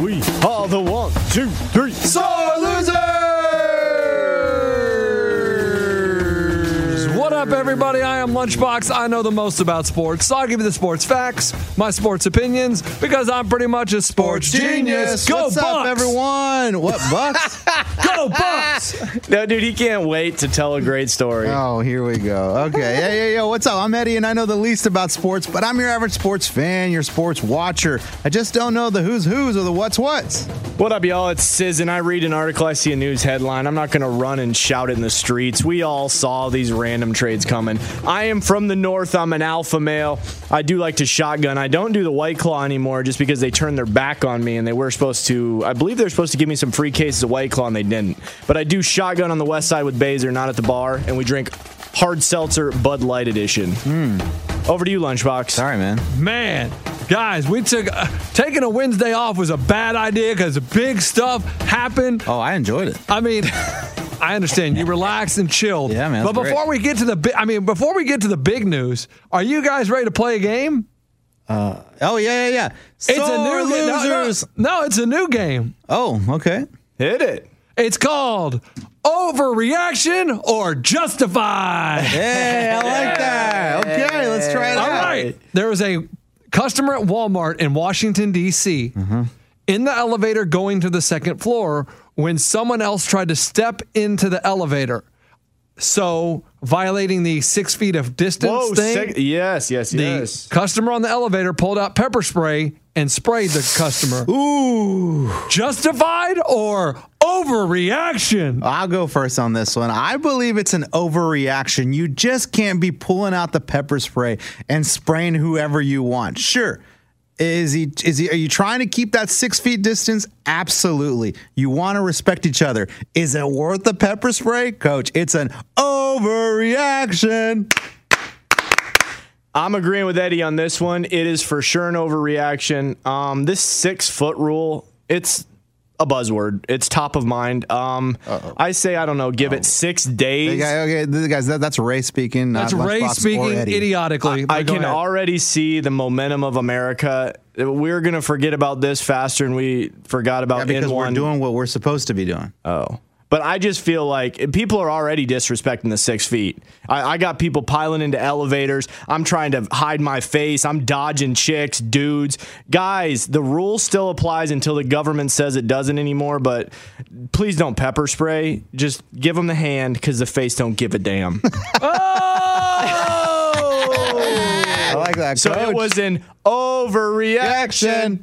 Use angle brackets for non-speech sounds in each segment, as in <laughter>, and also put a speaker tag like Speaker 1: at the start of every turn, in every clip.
Speaker 1: We are the one, two, three.
Speaker 2: Sore losers! What up, everybody? I am Lunchbox. I know the most about sports, so I'll give you the sports facts, my sports opinions, because I'm pretty much a sports, genius. Go
Speaker 3: What's up,
Speaker 2: Bucks!
Speaker 3: everyone? What
Speaker 2: <laughs>
Speaker 3: Bucks?
Speaker 2: Go Bucks!
Speaker 1: No, dude, he can't wait to tell a great story.
Speaker 3: oh, here we go. Okay, yeah, yeah, yeah. What's up? I'm Eddie, and I know the least about sports, but I'm your average sports fan, your sports watcher. I just don't know the who's who's or the what's whats.
Speaker 1: What up, y'all? It's Sizz, and I read an article, I see a news headline. I'm not going to run and shout it in the streets. We all saw these random trades coming. I am from the north. I'm an alpha male. I do like to shotgun. I don't do the white claw anymore just because they turned their back on me and they were supposed to, I believe they're supposed to give me some free cases of white claw and they didn't. But I do shotgun on the west side with Baser, not at the bar, and we drink hard seltzer Bud Light edition. Over to you, Lunchbox.
Speaker 3: Sorry, man.
Speaker 2: <laughs> Man, guys, we took uh, taking a Wednesday off was a bad idea because big stuff happened.
Speaker 3: Oh, I enjoyed it.
Speaker 2: I mean, <laughs> I understand you relaxed and chilled.
Speaker 3: Yeah, man,
Speaker 2: But
Speaker 3: that's
Speaker 2: before we get to the, bi- I mean, before we get to the big news, are you guys ready to play a game?
Speaker 3: Oh, yeah, yeah, yeah.
Speaker 2: It's a new
Speaker 3: Sore
Speaker 2: ga- no, no,
Speaker 3: losers.
Speaker 2: No, it's a new game.
Speaker 3: Oh, okay.
Speaker 1: Hit it.
Speaker 2: It's called Overreaction or Justified.
Speaker 3: Hey, I like that. Okay, let's try it
Speaker 2: All
Speaker 3: out.
Speaker 2: right. There was a customer at Walmart in Washington, D.C., in the elevator going to the second floor when someone else tried to step into the elevator. So, violating the six feet of distance thing,
Speaker 1: sec- yes, yes,
Speaker 2: the
Speaker 1: yes.
Speaker 2: customer on the elevator pulled out pepper spray and sprayed the customer. Ooh. Justified or overreaction?
Speaker 3: I'll go first on this one. I believe it's an overreaction. You just can't be pulling out the pepper spray and spraying whoever you want. Sure. Is he is he are you trying to keep that six feet distance? Absolutely. You want to respect each other. Is it worth the pepper spray? Coach, it's an overreaction.
Speaker 1: I'm agreeing with Eddie on this one. It is for sure an overreaction. Um, this six foot rule, it's a buzzword. It's top of mind. Um, I say I don't know. Give it six days.
Speaker 3: Okay, okay, th- guys, that, that's Ray speaking. Not
Speaker 2: That's Ray
Speaker 3: Lunchbox or
Speaker 2: speaking
Speaker 3: Eddie.
Speaker 2: idiotically.
Speaker 1: I
Speaker 2: but go
Speaker 1: can
Speaker 2: ahead.
Speaker 1: already see the momentum of America. We're gonna forget about this faster than we forgot
Speaker 3: Yeah,
Speaker 1: about
Speaker 3: because
Speaker 1: N
Speaker 3: we're
Speaker 1: one.
Speaker 3: doing what we're supposed to be doing.
Speaker 1: Oh. But I just feel like people are already disrespecting the six feet. I, I got people piling into elevators. I'm trying to hide my face. I'm dodging chicks, dudes. Guys, the rule still applies until the government says it doesn't anymore. But please don't pepper spray. Just give them the hand because the face don't give
Speaker 2: <laughs>
Speaker 1: a damn.
Speaker 2: Oh!
Speaker 3: I like that.
Speaker 1: so
Speaker 3: Coach.
Speaker 1: it was an overreaction.
Speaker 3: action.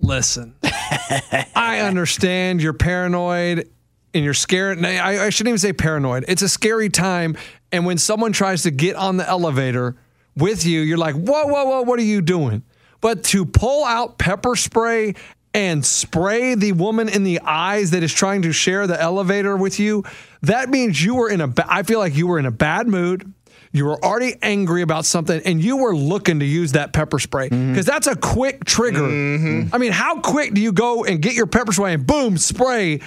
Speaker 2: Listen, I understand you're paranoid and you're scared. And I, I shouldn't even say paranoid. It's a scary time. And when someone tries to get on the elevator with you, you're like, whoa, whoa, whoa, what are you doing? But to pull out pepper spray and spray the woman in the eyes that is trying to share the elevator with you, that means you were in a, ba- I feel like you were in a bad mood. You were already angry about something and you were looking to use that pepper spray because
Speaker 3: Mm-hmm.
Speaker 2: that's a quick trigger. I mean, how quick do you go and get your pepper spray and boom, spray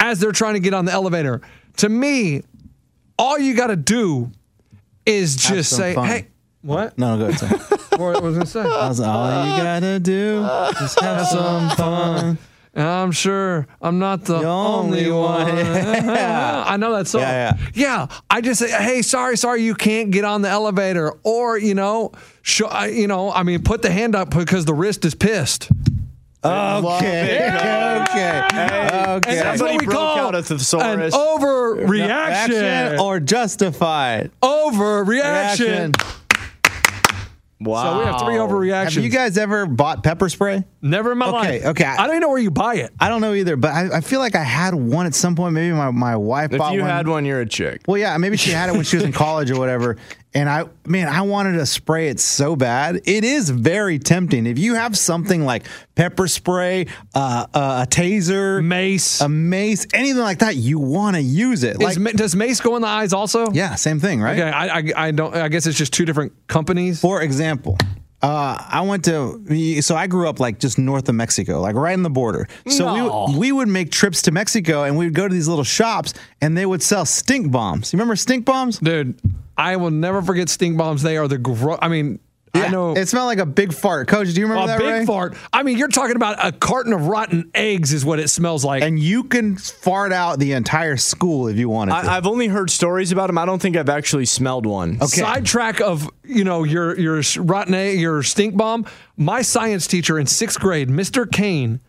Speaker 2: as they're trying to get on the elevator? To me, all you got to do is just
Speaker 3: some
Speaker 2: say,
Speaker 3: fun.
Speaker 2: hey, what?
Speaker 3: No, go ahead. Sam.
Speaker 2: What was I gonna say?
Speaker 3: That's all you gotta do. Just <laughs> have some fun.
Speaker 2: And I'm sure I'm not the, only,
Speaker 3: only
Speaker 2: one.
Speaker 3: one. <laughs>
Speaker 2: <laughs> I know that song.
Speaker 3: Yeah,
Speaker 2: Yeah, I just say, hey, sorry, sorry, you can't get on the elevator, or you know, show, I- you know, I mean, put the hand up because the wrist is pissed.
Speaker 3: Okay. Okay.
Speaker 2: And
Speaker 3: Okay.
Speaker 2: that's what
Speaker 1: Somebody
Speaker 2: we
Speaker 1: broke
Speaker 2: call
Speaker 1: out a thesaurus.
Speaker 2: an overreaction.
Speaker 3: Action or justified.
Speaker 2: overreaction.
Speaker 3: Action.
Speaker 1: Wow.
Speaker 2: So we have three
Speaker 3: Have
Speaker 2: overreactions.
Speaker 3: you guys ever bought pepper spray?
Speaker 2: Never in my
Speaker 3: Okay,
Speaker 2: life.
Speaker 3: okay.
Speaker 2: I don't even know where you buy it.
Speaker 3: I don't know either, but I, I feel like I had one at some point. Maybe my, my wife
Speaker 1: If
Speaker 3: bought
Speaker 1: you
Speaker 3: one.
Speaker 1: had one, you're a chick.
Speaker 3: Well, yeah, maybe she had it when she was in college or whatever. And I, man, I wanted to spray it so bad. It is very tempting. If you have something like pepper spray, uh, uh, a taser,
Speaker 2: Mace.
Speaker 3: a mace, anything like that, you want to use it. Um, Like,
Speaker 2: Is ma- does mace go in the eyes also?
Speaker 3: yeah, same thing, right?
Speaker 2: Okay, I, I, I don't. I guess it's just two different companies.
Speaker 3: For example, uh, I went to so I grew up like just north of Mexico, like right in the border. So we we would make trips to Mexico and we would go to these little shops and they would sell stink bombs. You remember stink bombs?
Speaker 2: Dude, I will never forget stink bombs. They are the gro- I mean, I know
Speaker 3: It smelled like a big fart. Coach, do you remember
Speaker 2: a
Speaker 3: that?
Speaker 2: big
Speaker 3: Ray?
Speaker 2: fart. I mean, you're talking about a carton of rotten eggs is what it smells like.
Speaker 3: And you can fart out the entire school if you wanted to.
Speaker 1: I, I've only heard stories about them. I don't think I've actually smelled one.
Speaker 3: okay.
Speaker 2: Sidetrack of you know your your s- rotten egg, your stink bomb. My science teacher in sixth grade, Mr. Kane,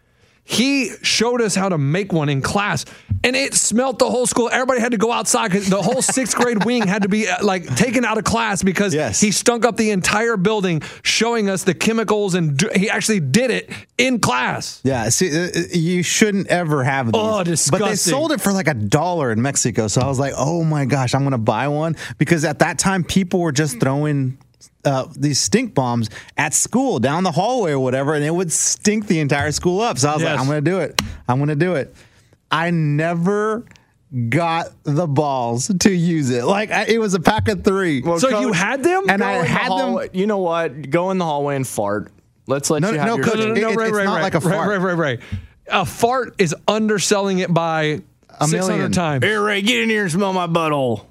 Speaker 2: he showed us how to make one in class, and it smelt the whole school. Everybody had to go outside because the whole sixth grade wing had to be uh, like taken out of class because
Speaker 3: Yes.
Speaker 2: he stunk up the entire building, showing us the chemicals, and d- he actually did it in class.
Speaker 3: yeah, see, uh, uh, you shouldn't ever have these.
Speaker 2: Oh,
Speaker 3: But they
Speaker 2: disgusting.
Speaker 3: sold it for like a dollar in Mexico, so I was like, "Oh my gosh, I'm gonna buy one." Because at that time, people were just throwing uh, these stink bombs at school down the hallway or whatever, and it would stink the entire school up. So I was
Speaker 2: Yes.
Speaker 3: like, "I'm gonna do it. I'm gonna do it." I never got the balls to use it. Like I, it was a pack of three.
Speaker 2: So you had them?
Speaker 3: and
Speaker 1: Go
Speaker 3: I
Speaker 1: in the
Speaker 3: had them.
Speaker 1: hallway- You know what? Go in the hallway and fart. Let's let
Speaker 3: No,
Speaker 1: you have
Speaker 3: no,
Speaker 1: your.
Speaker 3: coach,
Speaker 1: thing.
Speaker 3: it- it's not like a
Speaker 2: right,
Speaker 3: fart.
Speaker 2: Right, right, right, A fart is underselling it by
Speaker 3: A
Speaker 2: 600
Speaker 3: million.
Speaker 2: times.
Speaker 1: Here, Ray, get in here and smell my butthole.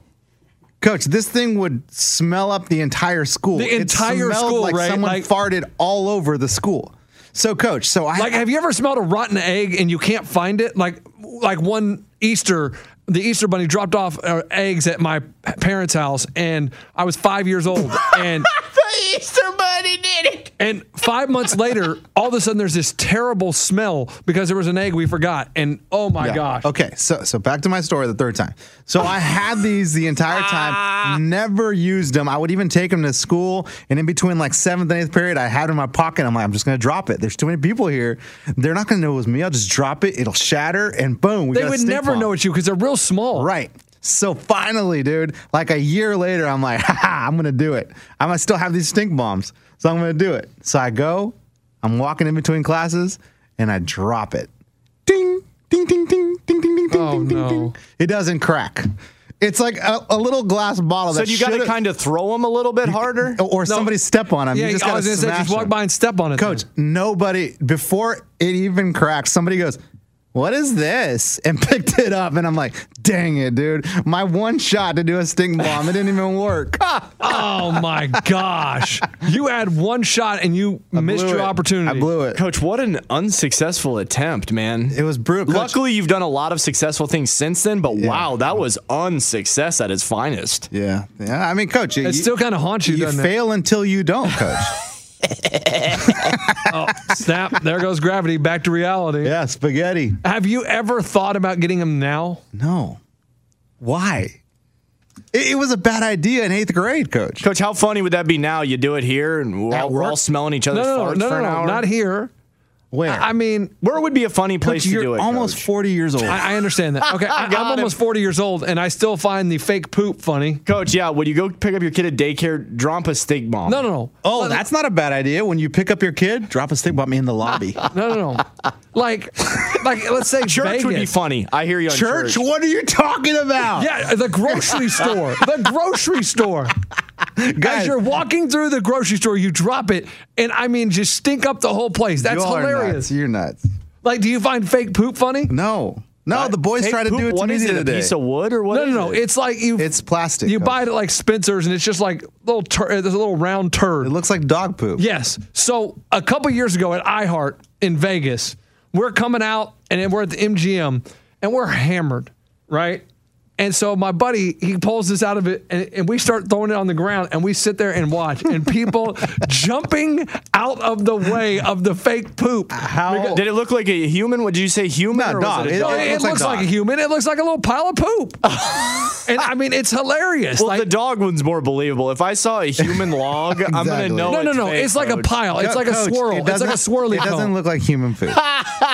Speaker 3: Coach, this thing would smell up the entire school.
Speaker 2: The entire
Speaker 3: it smelled
Speaker 2: school,
Speaker 3: like
Speaker 2: right?
Speaker 3: someone
Speaker 2: Like-
Speaker 3: farted all over the school. So, coach, so I
Speaker 2: Like, have you ever smelled a rotten egg and you can't find it? Like, like one Easter, the Easter bunny dropped off uh, eggs at my parents' house, and I was five years
Speaker 1: <laughs>
Speaker 2: old, and
Speaker 1: Somebody did it.
Speaker 2: and five months later, all of a sudden there's this terrible smell because there was an egg we forgot, and oh my
Speaker 3: Yeah.
Speaker 2: gosh,
Speaker 3: Okay, so so back to my story the third time. So I had these the entire
Speaker 2: Ah.
Speaker 3: time, never used them. I would even take them to school, and in between like seventh and eighth period, I had them in my pocket. I'm like, I'm just gonna drop it. There's too many people here. They're not gonna know it was me. I'll just drop it. It'll shatter, and boom. We
Speaker 2: they
Speaker 3: got a
Speaker 2: would
Speaker 3: stink
Speaker 2: never
Speaker 3: bomb.
Speaker 2: know it's you because they're real small.
Speaker 3: Right. So finally, dude, like a year later, I'm like, <laughs> haha, I'm gonna do it. I'm gonna still have these stink bombs. So I'm gonna do it. So I go, I'm walking in between classes, and I drop it. Ding, ding, ding, ding, ding, ding, ding, ding,
Speaker 2: Oh,
Speaker 3: ding, ding,
Speaker 2: no.
Speaker 3: ding. It doesn't crack. It's like a, a little glass bottle
Speaker 1: So
Speaker 3: that
Speaker 1: you got to
Speaker 3: should've-
Speaker 1: kind of throw them a little bit harder.
Speaker 3: or somebody step on them.
Speaker 2: Yeah,
Speaker 3: you just
Speaker 2: I
Speaker 3: gotta
Speaker 2: was gonna say,
Speaker 3: smash
Speaker 2: just walk
Speaker 3: them.
Speaker 2: by and step on it.
Speaker 3: Coach,
Speaker 2: then.
Speaker 3: nobody before it even cracks, somebody goes, What is this? <laughs> and picked it up. And I'm like, dang it, dude. My one shot to do a stink bomb, it didn't even <laughs> work.
Speaker 2: Oh
Speaker 3: <laughs>
Speaker 2: my gosh, you had one shot and you missed
Speaker 3: Blew
Speaker 2: your
Speaker 3: it.
Speaker 2: opportunity.
Speaker 3: I blew it.
Speaker 1: Coach, what an unsuccessful attempt, man.
Speaker 3: It was brutal. Coach-
Speaker 1: Luckily, you've done a lot of successful things since then, but wow, that was unsuccess at its finest.
Speaker 3: Yeah. Yeah. I mean, coach, you,
Speaker 2: It still kind of haunts you,
Speaker 3: you
Speaker 2: doesn't it?
Speaker 3: fail until you don't, <laughs> coach.
Speaker 2: Snap. There goes gravity. Back to reality.
Speaker 3: yeah, spaghetti.
Speaker 2: Have you ever thought about getting them now?
Speaker 3: No. Why? It, it was a bad idea in eighth grade, coach.
Speaker 1: Coach, how funny would that be now? You do it here, and we're,
Speaker 3: At
Speaker 1: all, we're all
Speaker 3: work?
Speaker 1: smelling each
Speaker 2: No,
Speaker 1: other's
Speaker 2: no, no,
Speaker 1: farts
Speaker 2: no,
Speaker 1: for
Speaker 2: no,
Speaker 1: an
Speaker 2: no
Speaker 1: hour.
Speaker 2: not here.
Speaker 3: Where?
Speaker 2: I mean,
Speaker 1: Where would be a funny place
Speaker 3: coach,
Speaker 1: to
Speaker 3: you're
Speaker 1: do it?
Speaker 3: almost
Speaker 1: Coach?
Speaker 3: 40 years old.
Speaker 2: I, I understand that. Okay, I, I'm
Speaker 1: Got him.
Speaker 2: almost 40 years old, and I still find the fake poop funny.
Speaker 1: Coach, yeah, would you go pick up your kid at daycare, drop a stink bomb?
Speaker 2: No, no, no.
Speaker 3: oh,
Speaker 2: Let-
Speaker 3: that's not a bad idea. When you pick up your kid, drop a stink bomb in
Speaker 1: <laughs>
Speaker 3: the lobby.
Speaker 2: no, no, no. Like, like let's say
Speaker 1: Church
Speaker 2: Vegas.
Speaker 1: would be funny. I hear you. On church,
Speaker 3: Church, what are you talking
Speaker 2: <laughs>
Speaker 3: about?
Speaker 2: Yeah, the grocery store. The grocery store. As
Speaker 3: Guys,
Speaker 2: you're walking through the grocery store, you drop it, and I mean, just stink up the whole place. That's
Speaker 3: You are
Speaker 2: hilarious.
Speaker 3: nuts. You're nuts.
Speaker 2: Like, do you find fake poop funny?
Speaker 3: No. No, the boys
Speaker 1: Hey,
Speaker 3: try to
Speaker 1: poop,
Speaker 3: do it to
Speaker 1: what
Speaker 3: me
Speaker 1: is
Speaker 3: the
Speaker 1: it,
Speaker 3: other
Speaker 1: a
Speaker 3: day.
Speaker 1: piece of wood or what?
Speaker 2: No, no,
Speaker 1: is
Speaker 2: no.
Speaker 1: it?
Speaker 2: It's like you.
Speaker 3: It's plastic,
Speaker 2: You
Speaker 3: though.
Speaker 2: buy it at like Spencer's, and it's just like little tur- it's a little round turd.
Speaker 3: it looks like dog poop.
Speaker 2: Yes. So a couple years ago at iHeart in Vegas, we're coming out and then we're at the MGM and we're hammered, right? And so my buddy, he pulls this out of it and, and we start throwing it on the ground and we sit there and watch and people jumping out of the way of the fake poop.
Speaker 3: How?
Speaker 1: Did it look like a human? Would you say human?
Speaker 3: No,
Speaker 1: or was
Speaker 3: dog.
Speaker 1: it a
Speaker 3: It-
Speaker 1: dog?
Speaker 2: It,
Speaker 3: looks
Speaker 2: looks,
Speaker 3: like
Speaker 2: like,
Speaker 3: dog.
Speaker 2: a human. It looks like a little pile of poop. and I mean, it's hilarious.
Speaker 1: Well,
Speaker 2: like,
Speaker 1: the dog one's more believable. If I saw a human log, I'm gonna
Speaker 3: Exactly.
Speaker 1: know.
Speaker 2: no, no,
Speaker 1: it's
Speaker 2: no.
Speaker 1: fake,
Speaker 2: It's like a
Speaker 1: Coach.
Speaker 2: pile. It's like a
Speaker 3: Coach,
Speaker 2: swirl.
Speaker 3: it
Speaker 2: It's like a
Speaker 3: doesn't-
Speaker 2: swirly
Speaker 3: It doesn't
Speaker 2: cone.
Speaker 3: look like human poop.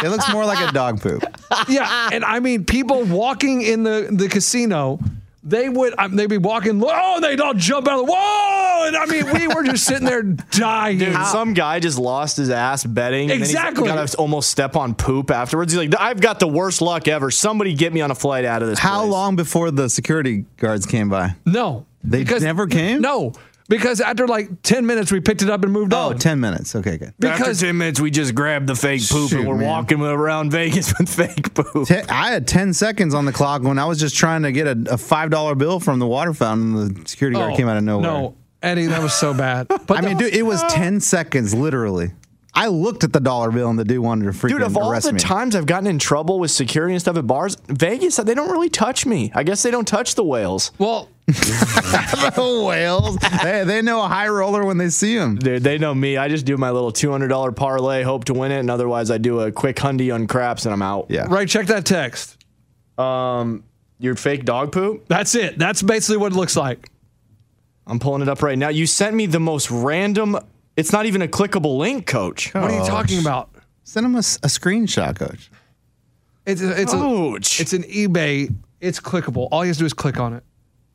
Speaker 3: it looks more
Speaker 2: <laughs>
Speaker 3: like a dog poop.
Speaker 2: yeah, and I mean, people walking in the the casino, they would um, they'd be walking. Oh, and they'd all jump out. of the Whoa! And I mean, we were just sitting
Speaker 3: <laughs>
Speaker 2: there dying.
Speaker 1: Dude, some guy just lost his ass betting.
Speaker 2: Exactly.
Speaker 1: Got to almost step on poop afterwards. He's like, I've got the worst luck ever. Somebody get me on a flight out of this.
Speaker 3: How
Speaker 1: place."
Speaker 3: long before the security guards came by?
Speaker 2: no,
Speaker 3: They never came?
Speaker 2: No, because after like ten minutes, we picked it up and moved
Speaker 3: Oh,
Speaker 2: on.
Speaker 3: 10 minutes. Okay, good.
Speaker 2: because
Speaker 1: After ten minutes, we just grabbed the fake poop
Speaker 3: Shoot,
Speaker 1: and we're
Speaker 3: man.
Speaker 1: walking around Vegas <laughs> with fake poop.
Speaker 3: Te- I had 10 seconds on the clock when I was just trying to get a, a $5 bill from the water fountain. and The security guard
Speaker 2: oh,
Speaker 3: came out of nowhere.
Speaker 2: No, Eddie, that was so
Speaker 3: <laughs>
Speaker 2: bad. But
Speaker 3: I mean, dude, it was 10 seconds, literally. I looked at the dollar bill and the dude wanted to freaking
Speaker 1: Dude, of all
Speaker 3: arrest
Speaker 1: the
Speaker 3: me.
Speaker 1: times I've gotten in trouble with security and stuff at bars, Vegas, they don't really touch me. I guess they don't touch the whales.
Speaker 2: well,
Speaker 3: <laughs> the whales. hey, they know a high roller when they see him.
Speaker 1: Dude, they know me. I just do my little $200 parlay, hope to win it, and otherwise I do a quick hundy on craps and I'm out.
Speaker 3: Yeah.
Speaker 2: right? Check that text.
Speaker 1: Your fake dog poop?
Speaker 2: That's it. That's basically what it looks like.
Speaker 1: I'm pulling it up right now. You sent me the most random. It's not even a clickable link, coach.
Speaker 2: What are
Speaker 3: Oh,
Speaker 2: you talking about?
Speaker 3: Send him a, s- a screenshot, coach.
Speaker 2: It's a, it's
Speaker 3: Oh,
Speaker 2: a,
Speaker 1: Coach.
Speaker 2: it's an eBay. It's clickable. All you have to do is click on it.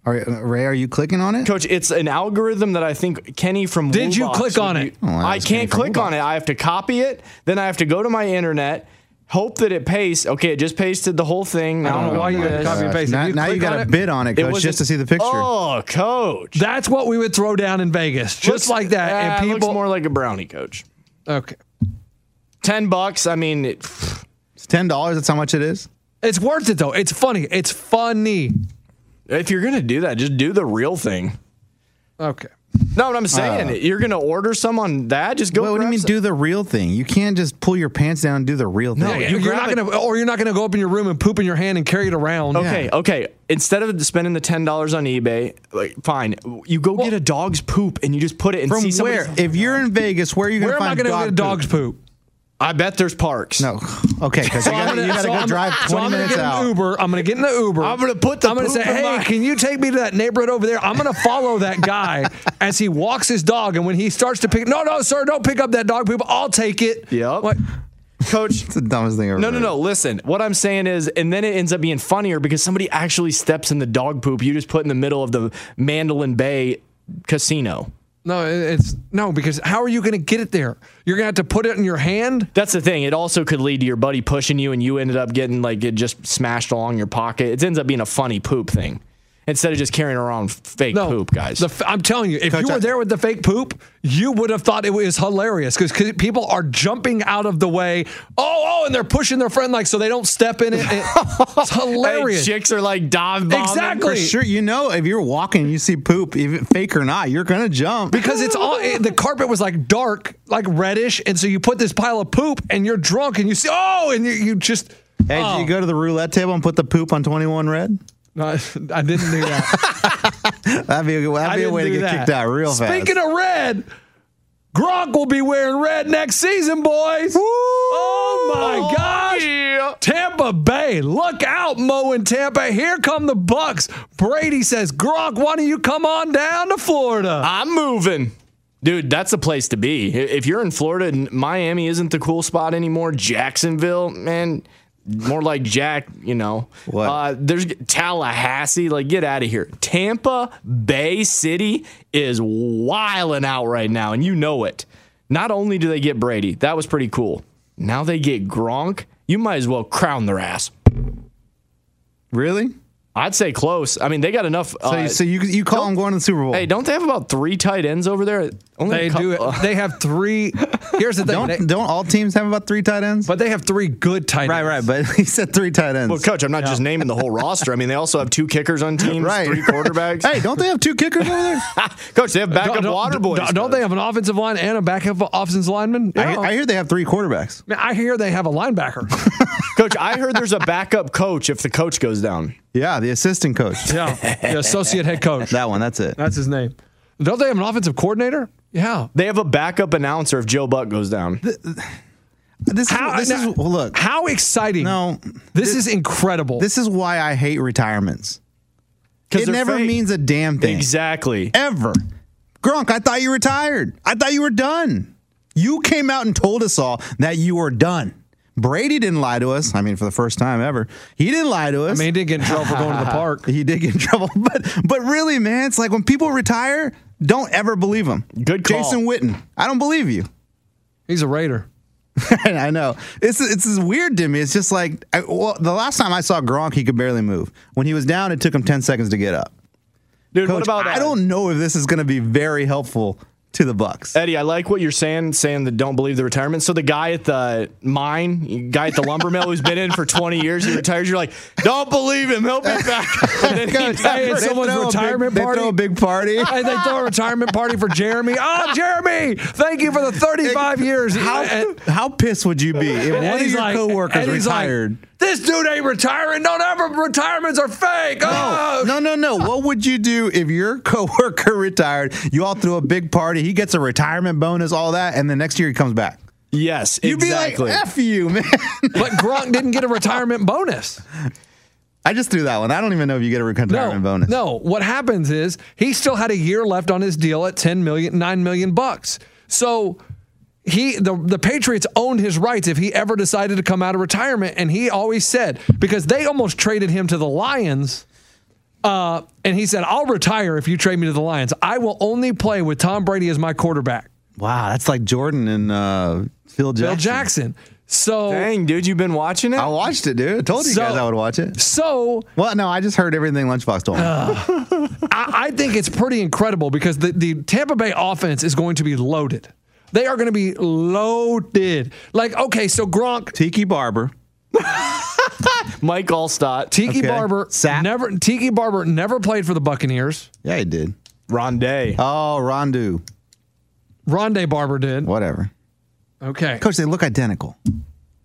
Speaker 3: All right, uh, Ray, are you clicking on it?
Speaker 1: Coach, it's an algorithm that I think Kenny from
Speaker 2: Did you
Speaker 1: Woobox
Speaker 2: click on
Speaker 1: would
Speaker 2: it?
Speaker 1: u-
Speaker 3: Oh, I
Speaker 1: I
Speaker 3: was Kenny
Speaker 1: can't
Speaker 3: from
Speaker 1: click on it. I have to copy it, then I have to go to my internet, hope that it pastes. Okay, it just pasted the whole thing. Now
Speaker 2: I don't know why you had to copy and paste. If
Speaker 3: Oh now now you
Speaker 2: click
Speaker 3: got
Speaker 2: on
Speaker 3: to
Speaker 2: it-
Speaker 3: bid on it, coach,
Speaker 1: was
Speaker 3: just to see the picture.
Speaker 1: Oh, coach.
Speaker 2: That's what we would throw down in Vegas, just
Speaker 1: Looks-
Speaker 2: like that.
Speaker 1: Ah,
Speaker 2: and
Speaker 1: looks
Speaker 2: people,
Speaker 1: more like a brownie, coach.
Speaker 2: okay,
Speaker 1: Ten bucks. I mean, it,
Speaker 3: It's $10. That's how much it is.
Speaker 2: it's worth it though. It's funny. It's funny.
Speaker 1: if you're gonna do that, just do the real thing.
Speaker 2: Okay,
Speaker 1: No, what I'm saying, you're gonna order some on that. Just go.
Speaker 3: Well, what do you
Speaker 1: grab
Speaker 3: mean
Speaker 1: some-
Speaker 3: do the real thing? You can't just pull your pants down and do the real thing.
Speaker 2: You- you're
Speaker 1: Oh, grab
Speaker 2: not
Speaker 1: it.
Speaker 2: gonna, or you're not gonna go up in your room and poop in your hand and carry it around.
Speaker 1: Okay, okay. Instead of spending the ten dollars on eBay, like fine, you go get a dog's poop and you just put it and
Speaker 3: From
Speaker 1: see somebody-
Speaker 3: where? If you're in Vegas, where are you going
Speaker 2: Where
Speaker 3: to
Speaker 2: am I
Speaker 3: find
Speaker 2: gonna
Speaker 3: dog
Speaker 2: get a dog's poop?
Speaker 1: I bet there's parks.
Speaker 3: No. Okay, because you got
Speaker 2: I'm
Speaker 3: to
Speaker 2: gonna- so
Speaker 3: go
Speaker 2: I'm-
Speaker 3: drive
Speaker 2: so
Speaker 3: 20
Speaker 2: I'm gonna
Speaker 3: minutes
Speaker 2: get
Speaker 3: out.
Speaker 2: an Uber. I'm gonna get in the Uber.
Speaker 1: I'm gonna put the
Speaker 2: I'm gonna
Speaker 1: poop
Speaker 2: say,
Speaker 1: in
Speaker 2: hey,
Speaker 1: my-
Speaker 2: can you take me to that neighborhood over there? I'm gonna follow that guy as he walks his dog, and when he starts to pick, no, no, sir, don't pick up that dog poop. I'll take it.
Speaker 1: Yep.
Speaker 2: What?
Speaker 1: coach.
Speaker 3: It's the dumbest thing ever.
Speaker 1: No, no,
Speaker 3: heard.
Speaker 1: no. Listen, what I'm saying is, and then it ends up being funnier because somebody actually steps in the dog poop you just put in the middle of the Mandolin Bay casino.
Speaker 2: No, it- it's no because how are you going to get it there? You're going to have to put it in your hand.
Speaker 1: That's the thing. It also could lead to your buddy pushing you, and you ended up getting like it just smashed along your pocket. It ends up being a funny poop thing instead of just carrying around fake
Speaker 2: No,
Speaker 1: poop, guys.
Speaker 2: The, f- I'm telling you, if
Speaker 3: Coach,
Speaker 2: you
Speaker 3: I-
Speaker 2: were there with the fake poop, you would have thought it was hilarious because people are jumping out of the way. Oh, oh, and they're pushing their friend like so they don't step in it. It- <laughs> it's
Speaker 1: Hey,
Speaker 2: hilarious.
Speaker 1: chicks are like dive bombing.
Speaker 2: exactly.
Speaker 3: For sure, you know, if you're walking, you see poop, even fake or not, you're going to jump.
Speaker 2: Because it's all it, the carpet was like dark, like reddish, and so you put this pile of poop, and you're drunk, and you see oh, and you, you just
Speaker 3: Hey,
Speaker 2: oh.
Speaker 3: did you go to the roulette table and put the poop on 21 red?
Speaker 2: No, <laughs> I didn't do that.
Speaker 3: That'd be a, good- that'd
Speaker 2: I
Speaker 3: be a
Speaker 2: didn't
Speaker 3: way to
Speaker 2: do
Speaker 3: get
Speaker 2: that.
Speaker 3: kicked out real fast.
Speaker 2: Speaking of red, Gronk will be wearing red next season, boys. Oh my gosh. Tampa Bay, look out, Mo in Tampa. Here come the Bucks. Brady says, Gronk, why don't you come on down to Florida?
Speaker 1: I'm moving. Dude, that's a place to be. I- If you're in Florida and Miami isn't the cool spot anymore, Jacksonville, man, more like Jack, you know.
Speaker 3: What?
Speaker 1: Uh, there's Tallahassee, like get out of here. Tampa Bay City is wiling out right now, and you know it. Not only do they get Brady, that was pretty cool. Now they get Gronk. You might as well crown their ass.
Speaker 3: really?
Speaker 1: I'd say close. I mean, they got enough.
Speaker 3: So,
Speaker 1: uh,
Speaker 3: so you you call him going to the Super Bowl?
Speaker 1: hey, don't they have about three tight ends over there? Only
Speaker 2: They
Speaker 1: a cou-
Speaker 2: do
Speaker 1: uh,
Speaker 2: it. They have three. Here's the thing.
Speaker 3: don't
Speaker 2: they-
Speaker 3: don't all teams have about three tight ends?
Speaker 2: but they have three good tight ends.
Speaker 3: right, right. But <laughs> he said three tight ends.
Speaker 1: Well, coach, I'm not just naming the whole roster. I mean, they also have two kickers on teams,
Speaker 3: right,
Speaker 1: three quarterbacks.
Speaker 3: <laughs> hey, don't they have two kickers over
Speaker 2: <laughs>
Speaker 3: there?
Speaker 1: coach, they have backup water boys.
Speaker 2: Don't, don't they
Speaker 1: coach.
Speaker 2: have an offensive line and a backup offensive lineman?
Speaker 3: I,
Speaker 2: Yeah.
Speaker 3: I hear they have three quarterbacks.
Speaker 2: Man, I hear they have a linebacker.
Speaker 1: Coach, I heard there's a backup coach if the coach goes down.
Speaker 3: Yeah, the assistant coach.
Speaker 2: yeah, the associate head
Speaker 3: <laughs>
Speaker 2: coach.
Speaker 3: that one. That's it.
Speaker 2: That's his name. Don't they have an offensive coordinator? Yeah.
Speaker 1: They have a backup announcer if Joe Buck goes down.
Speaker 3: This is,
Speaker 2: How,
Speaker 3: this is
Speaker 2: now-
Speaker 3: well, look.
Speaker 2: How exciting!
Speaker 3: No,
Speaker 2: this, is incredible.
Speaker 3: This is why I hate retirements.
Speaker 1: 'Cause
Speaker 3: It
Speaker 1: they're
Speaker 3: never
Speaker 1: fake.
Speaker 3: means a damn thing.
Speaker 1: Exactly.
Speaker 3: Ever. Gronk, I thought you retired. I thought you were done. You came out and told us all that you were done. Brady didn't lie to us. I mean, for the first time ever, he didn't lie to
Speaker 2: I
Speaker 3: us.
Speaker 2: mean, he didn't get in trouble for going to
Speaker 3: <laughs>
Speaker 2: the park.
Speaker 3: he did get in trouble, but but really, man, it's like when people retire, don't ever believe them.
Speaker 1: Good call.
Speaker 3: Jason Witten. I don't believe you. <laughs>
Speaker 2: He's a Raider.
Speaker 3: I know. It's it's just weird to me. It's just like I, well, the last time I saw Gronk, he could barely move. When he was down, it took him ten seconds to get up.
Speaker 1: Dude, what
Speaker 3: Coach,
Speaker 1: about
Speaker 3: I
Speaker 1: uh,
Speaker 3: don't know if this is going to be very helpful to the Bucks.
Speaker 1: Eddie, I like what you're saying, saying that don't believe the retirement. So the guy at the mine, guy at the lumber mill who's been in for 20 years, he retires. You're like, don't believe him.
Speaker 3: <laughs>
Speaker 1: He'll be back. And then he
Speaker 3: Coach,
Speaker 1: never-
Speaker 2: Hey, it's
Speaker 3: they
Speaker 2: someone's
Speaker 3: throw a big-
Speaker 2: retirement
Speaker 3: they
Speaker 2: party.
Speaker 3: throw a
Speaker 2: <laughs>
Speaker 3: big party.
Speaker 2: Hey, they
Speaker 3: <laughs>
Speaker 2: throw a retirement party for Jeremy. Oh, Jeremy! Thank you for the 35 years.
Speaker 3: How
Speaker 2: And-
Speaker 3: how pissed would you be if
Speaker 2: and
Speaker 3: one of
Speaker 2: he's
Speaker 3: your
Speaker 2: like-
Speaker 3: coworkers
Speaker 2: and he's like,
Speaker 3: retired?
Speaker 2: this dude ain't retiring. Don't ever. Retirements are fake. Oh,
Speaker 3: no, no, no. What would you do if your <laughs> coworker retired? You all threw a big party. He gets a retirement bonus, all that, and then next year he comes back.
Speaker 1: yes,
Speaker 3: You'd
Speaker 1: exactly.
Speaker 3: be like, "F you, <laughs> man."
Speaker 2: But Gronk didn't get a retirement bonus.
Speaker 3: I just threw that one. I don't even know if you get a retirement
Speaker 2: no,
Speaker 3: bonus.
Speaker 2: No, what happens is he still had a year left on his deal at 10 million, 9 million bucks. So he the, the Patriots owned his rights if he ever decided to come out of retirement. And he always said, because they almost traded him to the Lions. Uh, and he said, I'll retire if you trade me to the Lions. I will only play with Tom Brady as my quarterback.
Speaker 3: Wow, that's like Jordan and uh, Phil Jackson.
Speaker 2: Bill Jackson. So
Speaker 1: Dang, dude, you've been watching it?
Speaker 3: I watched it, dude. I told you
Speaker 2: So-
Speaker 3: guys I would watch it.
Speaker 2: so
Speaker 3: Well, no, I just heard everything Lunchbox told me.
Speaker 2: Uh, I, I think it's pretty incredible because the, the Tampa Bay offense is going to be loaded. They are going to be loaded. Like, okay, so Gronk,
Speaker 3: Tiki Barber.
Speaker 1: Mike Allstott,
Speaker 2: Tiki
Speaker 3: Okay.
Speaker 2: Barber,
Speaker 3: Sack.
Speaker 2: never Tiki Barber never played for the Buccaneers.
Speaker 3: Yeah, he did.
Speaker 1: Rondé.
Speaker 3: Oh, Rondu.
Speaker 2: Rondé Barber did.
Speaker 3: Whatever.
Speaker 2: Okay,
Speaker 3: Coach, they look identical.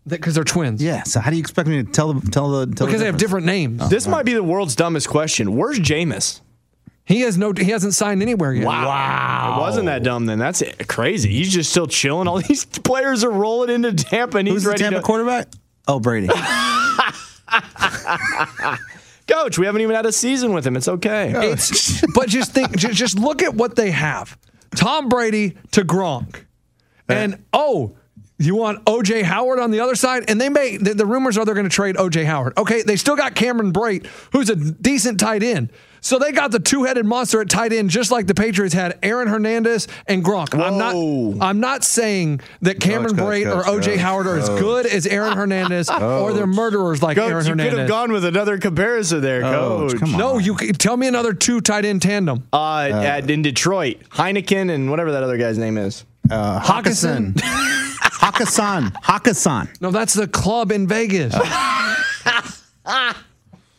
Speaker 2: because they're twins.
Speaker 3: Yeah. Oh. So how do you expect me to tell the tell the tell the
Speaker 2: because they have
Speaker 3: difference?
Speaker 2: different names.
Speaker 1: This might be the world's dumbest question. Where's Jameis?
Speaker 2: He has no. He hasn't signed anywhere yet.
Speaker 3: Oh.
Speaker 1: Wow. It wasn't that dumb then. That's crazy. He's just still chilling. All <laughs> these players are rolling into Tampa and he's
Speaker 3: Who's the
Speaker 1: ready
Speaker 3: Tampa
Speaker 1: to
Speaker 3: quarterback? Oh,
Speaker 2: <laughs>
Speaker 3: Brady.
Speaker 1: coach. We haven't even had a season with him. It's okay.
Speaker 2: It's, but just think, just, just look at what they have: Tom Brady to Gronk, and oh, you want OJ Howard on the other side, and they may. The, the rumors are they're going to trade OJ Howard. Okay, they still got Cameron Brate, who's a decent tight end. So they got the two-headed monster at tight end, just like the Patriots had Aaron Hernandez and Gronk. I'm
Speaker 1: Whoa.
Speaker 2: not. I'm not saying that Cameron
Speaker 3: coach,
Speaker 2: Brate or OJ
Speaker 3: coach, coach,
Speaker 2: Howard are as
Speaker 3: coach.
Speaker 2: good as Aaron Hernandez, or they're murderers like
Speaker 1: Coach,
Speaker 2: Aaron
Speaker 1: you
Speaker 2: Hernandez.
Speaker 1: could have gone with another comparison there,
Speaker 3: Coach,
Speaker 1: coach.
Speaker 3: Oh, come on.
Speaker 2: no, you c- tell me another two tight end tandem.
Speaker 1: Uh, at, in Detroit, Heineken and whatever that other guy's name is.
Speaker 3: Uh, Hawkinson. Hawkinson. Hawkinson.
Speaker 2: No, that's the club in
Speaker 3: <laughs>
Speaker 2: Vegas.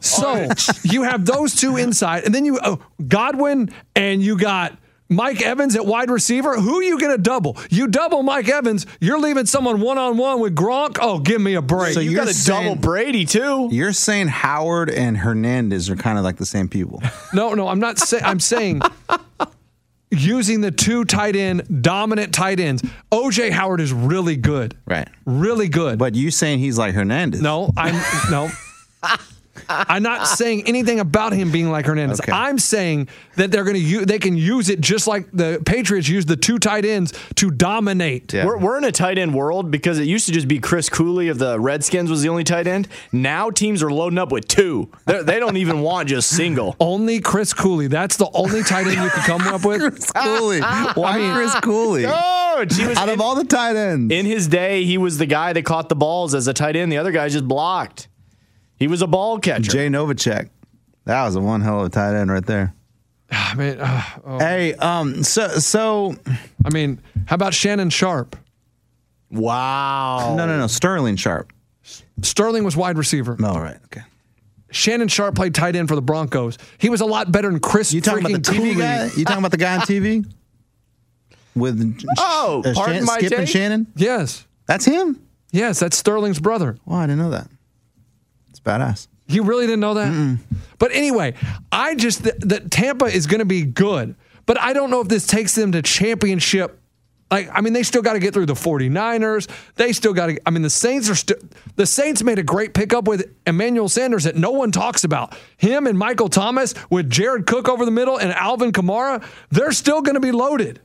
Speaker 2: So you have those two inside, and then you oh, Godwin, and you got Mike Evans at wide receiver. Who are you going to double? You double Mike Evans, you're leaving someone one on one with Gronk. Oh, give me a break.
Speaker 3: So
Speaker 1: You
Speaker 3: You're
Speaker 1: got to
Speaker 3: saying-
Speaker 1: double Brady too.
Speaker 3: You're saying Howard and Hernandez are kind of like the same people.
Speaker 2: no, no, I'm not saying. I'm
Speaker 3: <laughs>
Speaker 2: saying. Using the two tight end, dominant tight ends. OJ Howard is really good.
Speaker 3: Right.
Speaker 2: Really good.
Speaker 3: But you saying he's like Hernandez.
Speaker 2: No, I'm no. I'm not saying anything about him being like Hernandez.
Speaker 3: Okay.
Speaker 2: I'm saying that they're going to use they can use it just like the Patriots used the two tight ends to dominate.
Speaker 3: Yeah.
Speaker 1: We're, we're in a tight end world because it used to just be Chris Cooley of the Redskins was the only tight end. Now teams are loading up with two. They're, they don't even want just single.
Speaker 2: Only Chris Cooley. That's the only tight end you could come up with. <laughs>
Speaker 3: Cooley. Why Chris Cooley?
Speaker 1: Oh, he was
Speaker 3: Out of
Speaker 1: in,
Speaker 3: all the tight ends.
Speaker 1: in his day, he was the guy that caught the balls as a tight end. The other guy just blocked. He was a ball catcher.
Speaker 3: Jay Novacek. That was a one hell of a tight end right there.
Speaker 2: I mean, uh,
Speaker 3: Hey, um, so so
Speaker 2: I mean, how about Shannon Sharp?
Speaker 1: wow.
Speaker 3: no no no Sterling Sharp.
Speaker 2: Sterling was wide receiver.
Speaker 3: All Oh, right, okay.
Speaker 2: Shannon Sharp played tight end for the Broncos. He was a lot better than Chris
Speaker 3: You talking
Speaker 2: freaking
Speaker 3: about the TV
Speaker 2: Cooley.
Speaker 3: guy? You talking about the
Speaker 1: <laughs>
Speaker 3: guy on TV with Sh-
Speaker 1: Oh,
Speaker 3: Shan-
Speaker 1: pardon my
Speaker 3: Skip and
Speaker 1: take?
Speaker 3: Shannon?
Speaker 2: Yes.
Speaker 3: That's him.
Speaker 2: Yes, that's Sterling's brother.
Speaker 3: Wow, I didn't know that. It's badass.
Speaker 2: You really didn't know that? But anyway, I just th- that Tampa is going to be good, but I don't know if this takes them to championship. Like I mean, they still got to get through the 49ers. They still got to I mean, the Saints are still the Saints made a great pickup with Emmanuel Sanders that no one talks about. Him and Michael Thomas with Jared Cook over the middle and Alvin Kamara, they're still going to be loaded.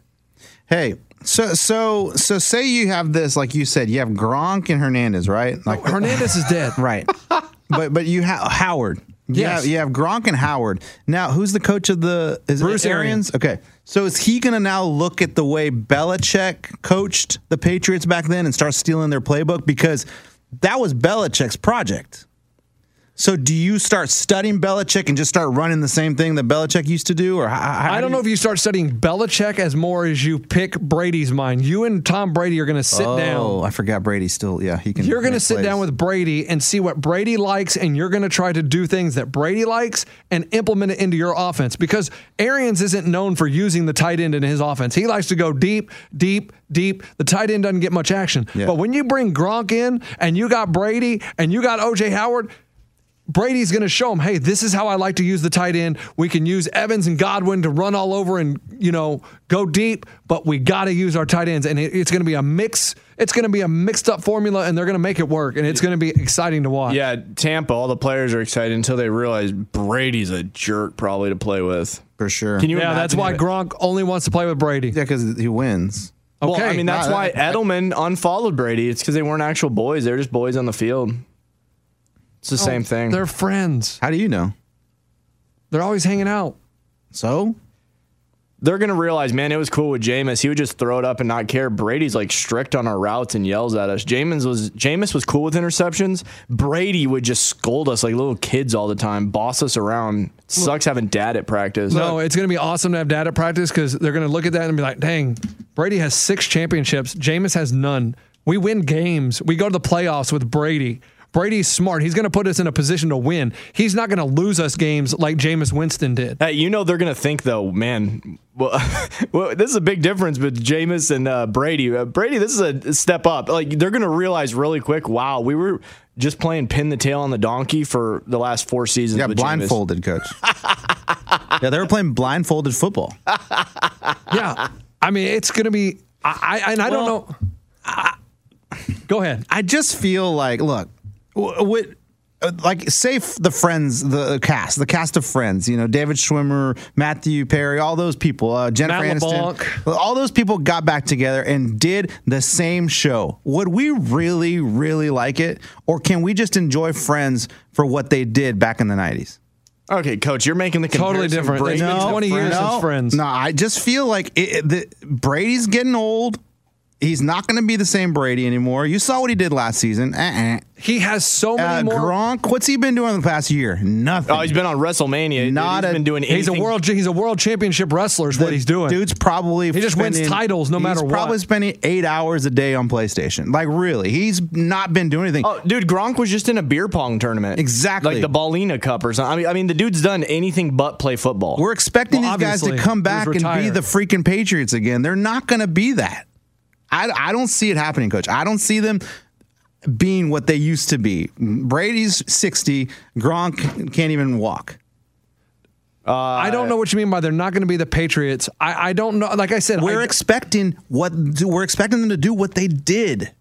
Speaker 3: Hey, so so so say you have this, like you said, you have Gronk and Hernandez, right? Like
Speaker 2: Hernandez is dead.
Speaker 3: <sighs> right, <laughs> but but you have Howard. You
Speaker 2: Yes.
Speaker 3: have, you have Gronk and Howard. Now, who's the coach of the is
Speaker 2: Bruce
Speaker 3: it Arians? Okay, so is he going to now look at the way Belichick coached the Patriots back then and start stealing their playbook because that was Belichick's project? So do you start studying Belichick and just start running the same thing that Belichick used to do, or how, how
Speaker 2: I don't know if you start studying Belichick as more as you pick Brady's mind. You and Tom Brady are going to sit down.
Speaker 3: Oh, I forgot Brady's still. Yeah, he can.
Speaker 2: You're going to
Speaker 3: make
Speaker 2: sit down
Speaker 3: plays.
Speaker 2: with Brady and see what Brady likes, and you're going to try to do things that Brady likes and implement it into your offense because Arians isn't known for using the tight end in his offense. He likes to go deep, deep, deep. The tight end doesn't get much action.
Speaker 3: Yeah.
Speaker 2: But when you bring Gronk in and you got Brady and you got OJ Howard, Brady's going to show him, hey, this is how I like to use the tight end. We can use Evans and Godwin to run all over and you know go deep, but we got to use our tight ends, and it- it's going to be a mix. It's going to be a mixed up formula, and they're going to make it work, and it's going to be exciting to watch.
Speaker 1: Yeah, Tampa, all the players are excited until they realize Brady's a jerk probably to play with.
Speaker 3: for sure.
Speaker 1: Can you
Speaker 2: yeah.
Speaker 1: imagine
Speaker 2: That's why
Speaker 1: it?
Speaker 2: Gronk only wants to play with Brady.
Speaker 3: Yeah, because he wins.
Speaker 1: Well,
Speaker 2: Okay.
Speaker 1: I mean, that's
Speaker 3: Nah,
Speaker 1: why
Speaker 3: that-
Speaker 1: Edelman unfollowed Brady. It's because they weren't actual boys. They were just boys on the field. It's the same thing.
Speaker 2: Oh, They're friends.
Speaker 3: How do you know?
Speaker 2: They're always hanging out.
Speaker 3: So
Speaker 1: They're going to realize, man, it was cool with Jameis. He would just throw it up and not care. Brady's like strict on our routes and yells at us. Jameis was Jameis was cool with interceptions. Brady would just scold us like little kids all the time, boss us around. Sucks having dad at practice.
Speaker 2: No, it's going to be awesome to have data practice because they're going to look at that and be like, dang, Brady has six championships. Jameis has none. We win games. We go to the playoffs with Brady. Brady's smart. He's going to put us in a position to win. He's not going to lose us games like Jameis Winston
Speaker 3: <laughs>
Speaker 2: did.
Speaker 1: Hey, you know they're gonna think though, man. <laughs> Well, well this is a big difference with Jameis and uh, Brady. Uh, Brady, this is a step up. Like they're gonna realize really quick. Wow, we were just playing pin the tail on the donkey for the last four seasons.
Speaker 3: Yeah,
Speaker 1: with Jameis.
Speaker 3: blindfolded, <laughs> coach. yeah, they were playing blindfolded football.
Speaker 2: Yeah. I mean, it's going to be, I, I, and I
Speaker 3: Well,
Speaker 2: don't know. go ahead.
Speaker 3: I just feel like, look, wh- what uh, like say f- the friends the cast the cast of friends you know david schwimmer matthew perry all those people uh, jennifer
Speaker 1: Matt
Speaker 3: aniston
Speaker 1: LeBlanc.
Speaker 3: all those people got back together and did the same show would we really really like it or can we just enjoy friends for what they did back in the 90s
Speaker 1: Okay, coach, you're making the
Speaker 2: Totally
Speaker 1: comparison.
Speaker 2: different.
Speaker 1: Brady
Speaker 2: It's been
Speaker 1: to
Speaker 2: 20 years
Speaker 1: Friends.
Speaker 2: since Friends.
Speaker 3: no i just feel like it, it- the, brady's getting old he's not going to be the same brady anymore you saw what he did last season uh-uh.
Speaker 2: He has so
Speaker 3: uh,
Speaker 2: many more.
Speaker 3: Gronk, what's he been doing the past year? Nothing.
Speaker 1: Oh, he's been on WrestleMania. dude.
Speaker 3: Not
Speaker 1: he's
Speaker 3: a-
Speaker 1: been doing
Speaker 2: he's a
Speaker 1: anything-
Speaker 2: world. He's a world championship wrestler. Is what
Speaker 3: The
Speaker 2: he's doing.
Speaker 3: Dude's probably
Speaker 2: He just wins titles no matter
Speaker 3: he's
Speaker 2: what.
Speaker 3: Probably spending eight hours a day on PlayStation. Like really, he's not been doing anything.
Speaker 1: Oh, dude, Gronk was just in a beer pong tournament.
Speaker 3: Exactly.
Speaker 1: Like the Ballina Cup or something. I mean, I mean the dude's done anything but play football.
Speaker 3: We're expecting
Speaker 2: Well,
Speaker 3: these guys to
Speaker 2: obviously,
Speaker 3: come
Speaker 2: he's
Speaker 3: back and be
Speaker 2: retired.
Speaker 3: the freaking Patriots again. They're not going to be that. I, I don't see it happening, Coach. I don't see them being what they used to be. Brady's sixty. Gronk can't even walk.
Speaker 2: I don't know what you mean by they're not going to be the Patriots. I, I don't know. Like I said,
Speaker 3: We're
Speaker 2: I,
Speaker 3: expecting what we're expecting them to do what they did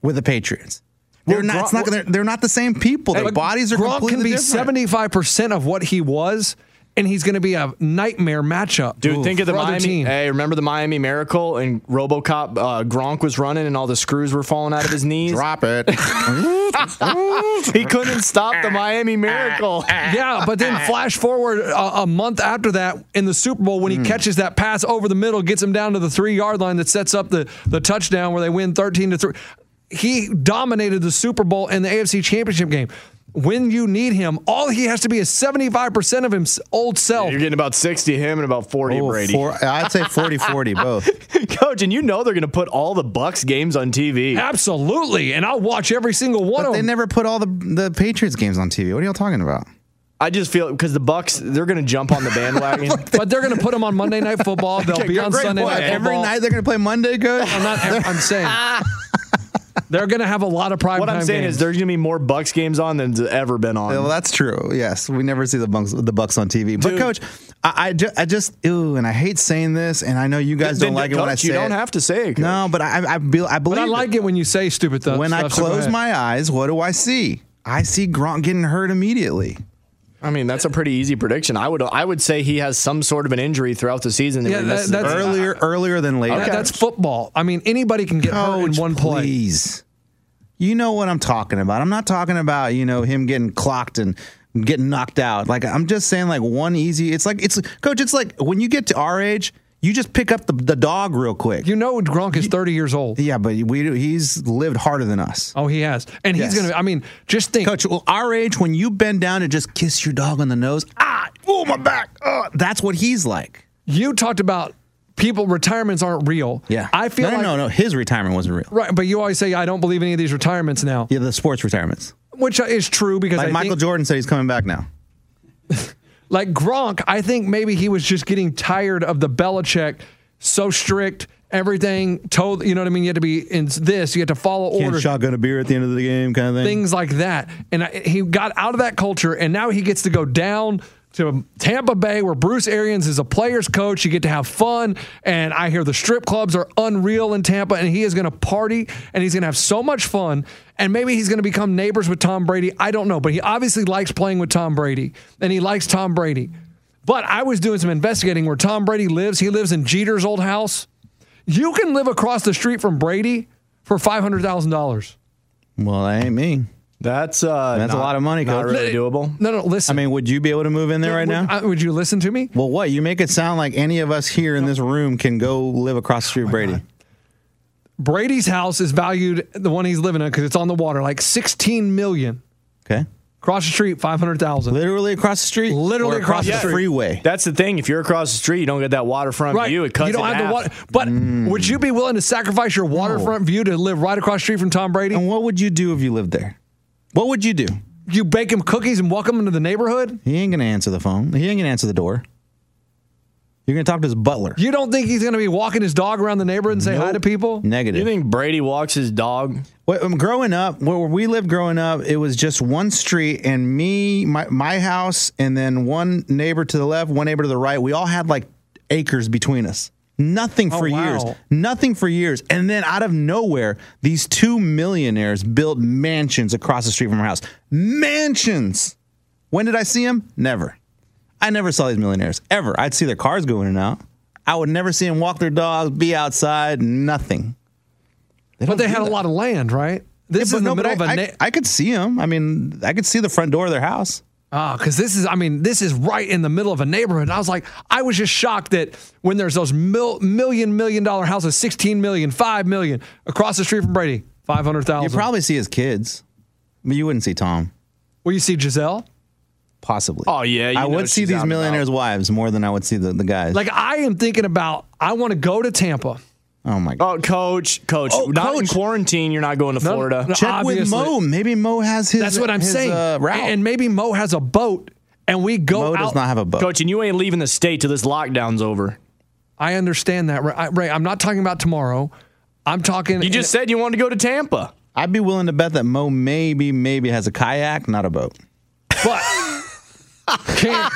Speaker 3: with the Patriots. They're
Speaker 1: Well,
Speaker 3: not.
Speaker 1: Gron-
Speaker 3: it's not they're, they're not the same people. Their
Speaker 2: Like,
Speaker 3: bodies are
Speaker 2: Gronk
Speaker 3: completely
Speaker 2: can be
Speaker 3: different. <laughs>
Speaker 2: seventy-five percent of what he was, and he's going to be a nightmare matchup.
Speaker 1: Dude, think of the
Speaker 2: for other
Speaker 1: Miami.
Speaker 2: team.
Speaker 1: Hey, remember the Miami Miracle and RoboCop? Uh, Gronk was running and all the screws were falling out of his knees.
Speaker 3: Drop it.
Speaker 1: <laughs> he couldn't stop the Miami Miracle.
Speaker 2: Yeah, but
Speaker 1: <laughs>
Speaker 2: then flash forward a, a month after that in the Super Bowl
Speaker 3: Hmm.
Speaker 2: when he catches that pass over the middle, gets him down to the three yard line that sets up the, the touchdown where they win 13 to 3. He dominated the Super Bowl and the AFC Championship game. When you need him, all he has to be is 75% of his old self.
Speaker 1: You're getting about 60 him and about 40
Speaker 3: Oh,
Speaker 1: Brady.
Speaker 3: four- I'd say
Speaker 2: <laughs>
Speaker 3: 40-40 both.
Speaker 1: <laughs> Coach, and you know they're going to put all the Bucks games on TV.
Speaker 2: Absolutely. And I'll watch every single one
Speaker 3: But
Speaker 2: of
Speaker 3: they
Speaker 2: them.
Speaker 3: never put all the the Patriots games on TV. What are y'all talking about?
Speaker 1: I just feel because the Bucks they're going to jump
Speaker 3: <laughs>
Speaker 1: on the bandwagon.
Speaker 2: but they're going to put him on Monday Night
Speaker 1: <laughs>
Speaker 2: Football. They'll be on
Speaker 3: Great
Speaker 2: Sunday
Speaker 3: point.
Speaker 2: Night Football.
Speaker 3: Every night they're going to play Monday. Good.
Speaker 2: I'm, not, I'm
Speaker 1: <laughs>
Speaker 2: saying they're going to have a lot of prime
Speaker 1: what I'm
Speaker 2: time
Speaker 1: saying
Speaker 2: games.
Speaker 1: is there's going to be more Bucks games on than's ever been on.
Speaker 3: Well, that's true. Yes, we never see the Bucks the Bucks on TV. But
Speaker 1: Dude.
Speaker 3: coach, I, I, ju- I just ew, and I hate saying this, and I know you guys
Speaker 1: Then-
Speaker 3: don't like
Speaker 1: then,
Speaker 3: it when I
Speaker 1: Coach,
Speaker 3: say
Speaker 1: you don't
Speaker 3: it.
Speaker 1: have to say it, Coach.
Speaker 3: No, but I I, I, be, I believe
Speaker 2: But I
Speaker 3: it.
Speaker 2: like it when you say stupid stuff.
Speaker 3: when I
Speaker 2: stuff, so go
Speaker 3: close
Speaker 2: ahead.
Speaker 3: my eyes, what do I see? I see Gronk getting hurt immediately.
Speaker 1: I mean that's a pretty easy prediction. I would I would say he has some sort of an injury throughout the season. That
Speaker 2: Yeah,
Speaker 1: we
Speaker 2: that-
Speaker 1: missed.
Speaker 2: that's-
Speaker 3: Earlier, earlier than later.
Speaker 2: That- that's football. I mean, anybody can get hurt in
Speaker 3: Coach,
Speaker 2: one play.
Speaker 3: Please. You know what I'm talking about. I'm not talking about, you know, him getting clocked and getting knocked out. Like I'm just saying like one easy it's like it's coach, it's like when you get to our age, you just pick up the, the dog real quick.
Speaker 2: You know, Gronk is 30 years old.
Speaker 3: yeah, but we he's lived harder than us.
Speaker 2: Oh, he has, and he's
Speaker 3: Yes.
Speaker 2: gonna. I mean, just think.
Speaker 3: Coach, well, our age, when you bend down and just kiss your dog on the nose, ah, oh my back. ah, that's what he's like.
Speaker 2: You talked about people retirements aren't real. I feel
Speaker 3: no,
Speaker 2: like
Speaker 3: no, no, no. His retirement wasn't real.
Speaker 2: right, but you always say I don't believe any of these retirements now,
Speaker 3: Yeah, the sports retirements.
Speaker 2: which is true because
Speaker 3: Like
Speaker 2: I
Speaker 3: Michael
Speaker 2: think,
Speaker 3: Jordan said, he's coming back now.
Speaker 2: like Gronk, I think maybe he was just getting tired of the Belichick so strict. Everything told, you know what I mean? You had to be in this, you had to follow
Speaker 3: Can't
Speaker 2: orders.
Speaker 3: shotgun a beer at the end of the game, kind of thing.
Speaker 2: things like that. And I, he got out of that culture, and now he gets to go down to Tampa Bay, where Bruce Arians is a player's coach. You get to have fun, and I hear the strip clubs are unreal in Tampa, and he is going to party, and he's going to have so much fun. And maybe he's going to become neighbors with Tom Brady. I don't know, but he obviously likes playing with Tom Brady, and he likes Tom Brady. But I was doing some investigating where Tom Brady lives. He lives in Jeter's old house. You can live across the street from Brady for five hundred thousand dollars.
Speaker 3: Well, that ain't me.
Speaker 1: that's uh,
Speaker 3: That's
Speaker 1: not-
Speaker 3: a lot of money,
Speaker 1: Not
Speaker 3: Coach.
Speaker 1: really doable.
Speaker 2: No, no,
Speaker 3: I
Speaker 2: listen.
Speaker 3: mean, would you be able to move in there right now?
Speaker 2: Would, uh, would you listen to me?
Speaker 3: well, what? You make it sound like any of us here in this room can go live across
Speaker 2: Oh
Speaker 3: the street from Brady.
Speaker 2: Brady's house is valued the one he's living in because it's on the water, like sixteen million.
Speaker 3: Okay.
Speaker 2: Across the street, five hundred thousand.
Speaker 3: Literally across the street?
Speaker 2: Literally
Speaker 3: Or
Speaker 2: across the street.
Speaker 3: freeway.
Speaker 1: That's the thing. If you're across the street, you don't get that waterfront
Speaker 2: Right,
Speaker 1: view. It cuts
Speaker 2: you don't
Speaker 1: it in
Speaker 2: have the
Speaker 1: half.
Speaker 2: water. But
Speaker 3: Mm.
Speaker 2: would you be willing to sacrifice your waterfront view to live right across the street from Tom Brady?
Speaker 3: and what would you do if you lived there? What would you do?
Speaker 2: You bake him cookies and welcome him into the neighborhood.
Speaker 3: He ain't going to answer the phone. He ain't going to answer the door. You're going to talk to his butler.
Speaker 2: You don't think he's going to be walking his dog around the neighborhood and say hi to people?
Speaker 3: Negative.
Speaker 1: You think Brady walks his dog?
Speaker 3: Well, um, growing up, where we lived growing up, it was just one street, and me, my, my house, and then one neighbor to the left, one neighbor to the right. We all had like acres between us. Nothing
Speaker 2: Oh,
Speaker 3: for years.
Speaker 2: wow.
Speaker 3: Nothing for years. And then out of nowhere, these two millionaires built mansions across the street from our house. Mansions. When did I see them? Never. I never saw these millionaires ever. I'd see their cars go in and out. I would never see them walk their dogs, be outside, nothing.
Speaker 2: but they
Speaker 3: do
Speaker 2: had a
Speaker 3: that.
Speaker 2: lot of land, right? This
Speaker 3: Yeah,
Speaker 2: is in the
Speaker 3: but no, but
Speaker 2: middle of a.
Speaker 3: I,
Speaker 2: na-
Speaker 3: I, I could see them. I mean, I could see the front door of their house.
Speaker 2: Ah, because this is, I mean, this is right in the middle of a neighborhood. And I was like, I was just shocked that when there's those mil- million, million dollar houses, 16 million, 5 million across the street from Brady, 500,000.
Speaker 3: You probably see his kids. But you wouldn't see Tom,
Speaker 2: Will you see Giselle?
Speaker 3: possibly.
Speaker 1: Oh, yeah, you
Speaker 3: I
Speaker 1: know
Speaker 3: would see
Speaker 1: she's out
Speaker 3: these
Speaker 1: and
Speaker 3: millionaires' wives more than I would see the, the guys.
Speaker 2: Like, I am thinking about, I want to go to Tampa.
Speaker 3: oh my god.
Speaker 1: Oh, coach, coach,
Speaker 3: Oh,
Speaker 1: not in
Speaker 3: coach.
Speaker 1: quarantine. You're not going to
Speaker 2: No,
Speaker 1: Florida.
Speaker 2: no,
Speaker 3: Check with
Speaker 2: obviously.
Speaker 3: Mo. Maybe Mo has his.
Speaker 2: That's what I'm
Speaker 3: his,
Speaker 2: saying.
Speaker 3: Uh, route.
Speaker 2: And maybe Mo has a boat and we go
Speaker 3: Mo
Speaker 2: out.
Speaker 3: does not have a boat.
Speaker 1: Coach, and you ain't leaving the state till this lockdown's over.
Speaker 2: I understand that, Ray. I- Ray, I'm not talking about tomorrow. I'm talking.
Speaker 1: You just said you wanted to go to Tampa.
Speaker 3: I'd be willing to bet that Mo maybe maybe has a kayak, not a boat.
Speaker 2: But can't,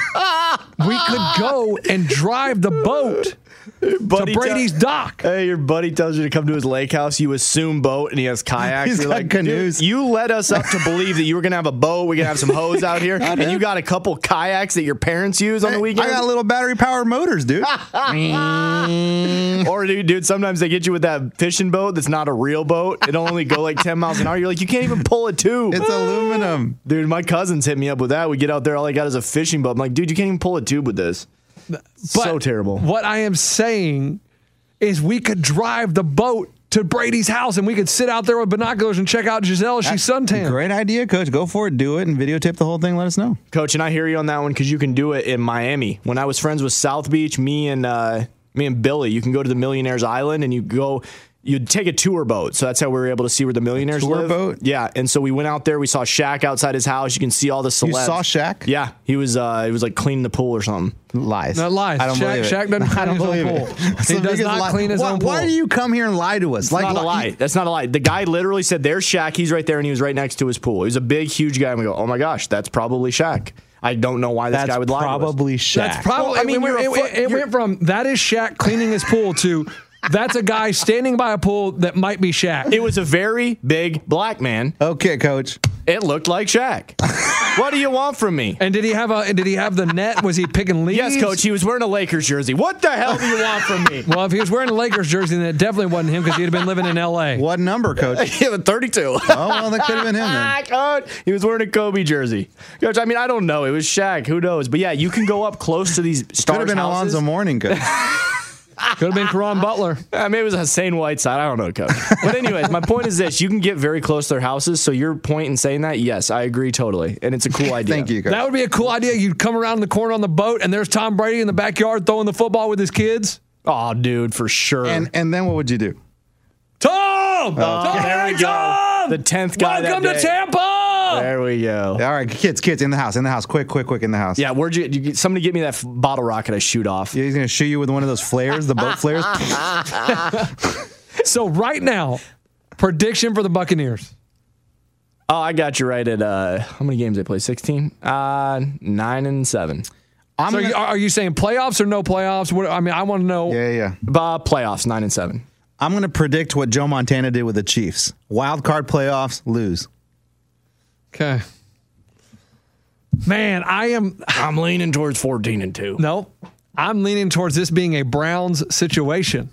Speaker 2: we could go and drive the boat to
Speaker 1: Buddy
Speaker 2: Brady's dock.
Speaker 1: Hey, your buddy tells you to come to his lake house. You assume boat, and he has kayaks.
Speaker 3: He's
Speaker 1: You're
Speaker 3: got
Speaker 1: like,
Speaker 3: canoes.
Speaker 1: "Dude, you led us up to believe that you were gonna have a boat. We're gonna have some hoes out
Speaker 3: <laughs>
Speaker 1: here, and
Speaker 3: it.
Speaker 1: you got a couple kayaks that your parents use on the
Speaker 3: I
Speaker 1: weekend.
Speaker 3: got little battery powered
Speaker 1: <laughs>
Speaker 3: motors, dude.
Speaker 1: or dude, dude, sometimes they get you with that fishing boat that's not a real boat. It'll only go like ten miles an hour. You're like, you can't even pull a tube.
Speaker 3: it's aluminum.
Speaker 1: Dude, my cousins hit me up with that. We get out there, all I got is a fishing boat. I'm like, dude, you can't even pull a tube with this. so
Speaker 2: But
Speaker 1: terrible.
Speaker 2: What I am saying is we could drive the boat to Brady's house and we could sit out there with binoculars and check out Giselle as she's suntan.
Speaker 3: Great idea, coach. Go for it. Do it and videotape the whole thing. Let us know.
Speaker 1: Coach, and I hear you on that one because you can do it in Miami. When I was friends with South Beach, me and uh, me and Billy, you can go to the Millionaires Island and you go. You'd take a tour boat, so that's how we were able to see where the millionaires
Speaker 3: tour
Speaker 1: live.
Speaker 3: boat?
Speaker 1: yeah. And so we went out there. We saw Shaq outside his house. You can see all the celebs.
Speaker 3: You saw Shaq?
Speaker 1: Yeah, he was uh, he was like cleaning the pool or something.
Speaker 3: Lies.
Speaker 2: No, lies.
Speaker 3: I don't
Speaker 2: Shaq-
Speaker 3: believe it.
Speaker 2: Shaq
Speaker 3: <laughs>
Speaker 2: doesn't
Speaker 3: I
Speaker 2: clean his own
Speaker 3: don't believe
Speaker 2: pool.
Speaker 3: it. That's
Speaker 2: He
Speaker 3: the
Speaker 2: does
Speaker 3: biggest
Speaker 2: not
Speaker 3: lie.
Speaker 2: clean his
Speaker 3: why,
Speaker 2: own
Speaker 3: Why
Speaker 2: pool.
Speaker 3: do you come here and lie to us?
Speaker 1: It's not a lie. That's not a lie. The guy literally said, "There's Shaq. He's right there," and he was right next to his pool. He was a big, huge guy, and we go, "Oh my gosh, that's probably Shaq." I don't know why this
Speaker 3: That's
Speaker 1: guy would lie. to us.
Speaker 3: probably Shaq.
Speaker 2: That's probably.
Speaker 1: Well, I mean,
Speaker 2: it,
Speaker 1: you're a
Speaker 2: it-
Speaker 1: foot-
Speaker 2: it- it went from that is Shaq cleaning his pool to that's a guy standing by a pool that might be Shaq.
Speaker 1: It was a very big black man.
Speaker 3: Okay, coach.
Speaker 1: It looked like
Speaker 3: <laughs>
Speaker 1: Shaq. what do you want from me?
Speaker 2: and did he have a? and Did he have the net? Was he picking leaves?
Speaker 1: Yes, coach, he was wearing a Lakers jersey. What the hell do you want from
Speaker 3: <laughs>
Speaker 1: me?
Speaker 2: Well, if he was wearing a Lakers jersey, then it definitely wasn't him because he'd have been living in L.A. <laughs>
Speaker 3: What number, coach?
Speaker 1: Yeah, but 32.
Speaker 3: Oh, well, that could have been him then.
Speaker 1: Coach, he was wearing a Kobe jersey. Coach, I mean, I don't know. It was Shaq. Who knows? But yeah, you can go up close to these
Speaker 3: Could
Speaker 1: stars.
Speaker 3: have been
Speaker 1: houses.
Speaker 3: Alonzo
Speaker 2: <laughs>
Speaker 3: Mourning, coach.
Speaker 2: Could have been Karan Butler.
Speaker 1: I mean, Uh, it was Hussein Whiteside. I don't know, coach. But anyways, my point is this: you can get very close to their houses. So your point in saying that, yes, I agree totally, and it's a
Speaker 3: <laughs>
Speaker 1: cool idea.
Speaker 3: Thank you, coach.
Speaker 2: That would be a cool idea. You'd come around the corner on the boat, and there's Tom Brady in the backyard throwing the football with his kids.
Speaker 1: Oh, dude, for sure.
Speaker 3: and and then what would you do?
Speaker 2: Tom! Tom!
Speaker 1: there Oh, we go.
Speaker 2: Tom!
Speaker 1: The 10th guy that
Speaker 2: Welcome
Speaker 1: day.
Speaker 2: to Tampa!
Speaker 1: there we go.
Speaker 3: All right, kids, kids, in the house, in the house, quick, quick, quick, in the house.
Speaker 1: Yeah, where'd you, you somebody get me that f- bottle rocket I shoot off?
Speaker 3: Yeah, he's gonna shoot you with one of those flares, the
Speaker 2: <laughs>
Speaker 3: boat flares.
Speaker 2: So, right now, prediction for the Buccaneers.
Speaker 1: Oh, I got you right at uh, how many games they play? Sixteen. Uh, nine and seven.
Speaker 3: I'm
Speaker 2: So,
Speaker 3: gonna-
Speaker 2: you- are are you saying playoffs or no playoffs? What, I mean, I want to know.
Speaker 3: yeah, yeah.
Speaker 1: Bah, uh, playoffs nine and seven.
Speaker 3: I'm gonna predict what Joe Montana did with the Chiefs. Wild card playoffs, lose.
Speaker 2: Okay. Man, I am.
Speaker 1: I'm leaning towards fourteen and two.
Speaker 2: No, I'm leaning towards this being a Browns situation.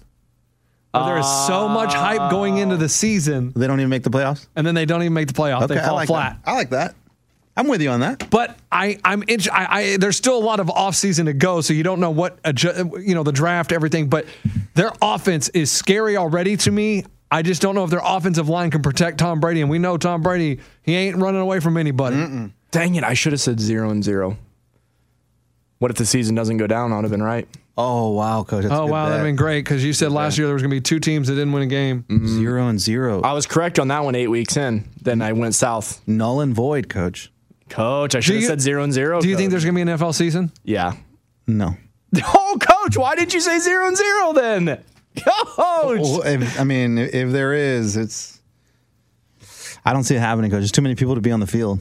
Speaker 2: Where there is so much hype going into the season,
Speaker 3: They don't even make the playoffs.
Speaker 2: and then they don't even make the playoff. they
Speaker 3: Ah. I
Speaker 2: fall
Speaker 3: like
Speaker 2: flat.
Speaker 3: That. I like that. I'm with you on that.
Speaker 2: But I, I'm inter- I, I, there's still a lot of offseason to go, so you don't know what adju- you know the draft, everything. But their offense is scary already to me. I just don't know if their offensive line can protect Tom Brady, and we know Tom Brady, he ain't running away from anybody.
Speaker 1: Dang it! I should have said zero and zero. What if the season doesn't go down? I'd have been right.
Speaker 3: Oh wow, coach. That's a
Speaker 2: Oh
Speaker 3: good
Speaker 2: wow, that'd
Speaker 3: bet. Mm-hmm.
Speaker 2: been great because you said last year there was gonna be two teams that didn't win a game.
Speaker 3: zero and zero,
Speaker 1: I was correct on that one eight weeks in. Then I went south.
Speaker 3: null and void, coach.
Speaker 1: Coach, I should have
Speaker 2: you-
Speaker 1: said zero and zero.
Speaker 2: Do you think
Speaker 1: coach.
Speaker 2: there's gonna be an NFL season?
Speaker 1: Yeah. <laughs>
Speaker 3: No.
Speaker 1: Oh, coach, why did you say zero and zero then? Coach.
Speaker 3: Well, if, I mean, if there is, it's. I don't see it happening, coach. There's too many people to be on the field.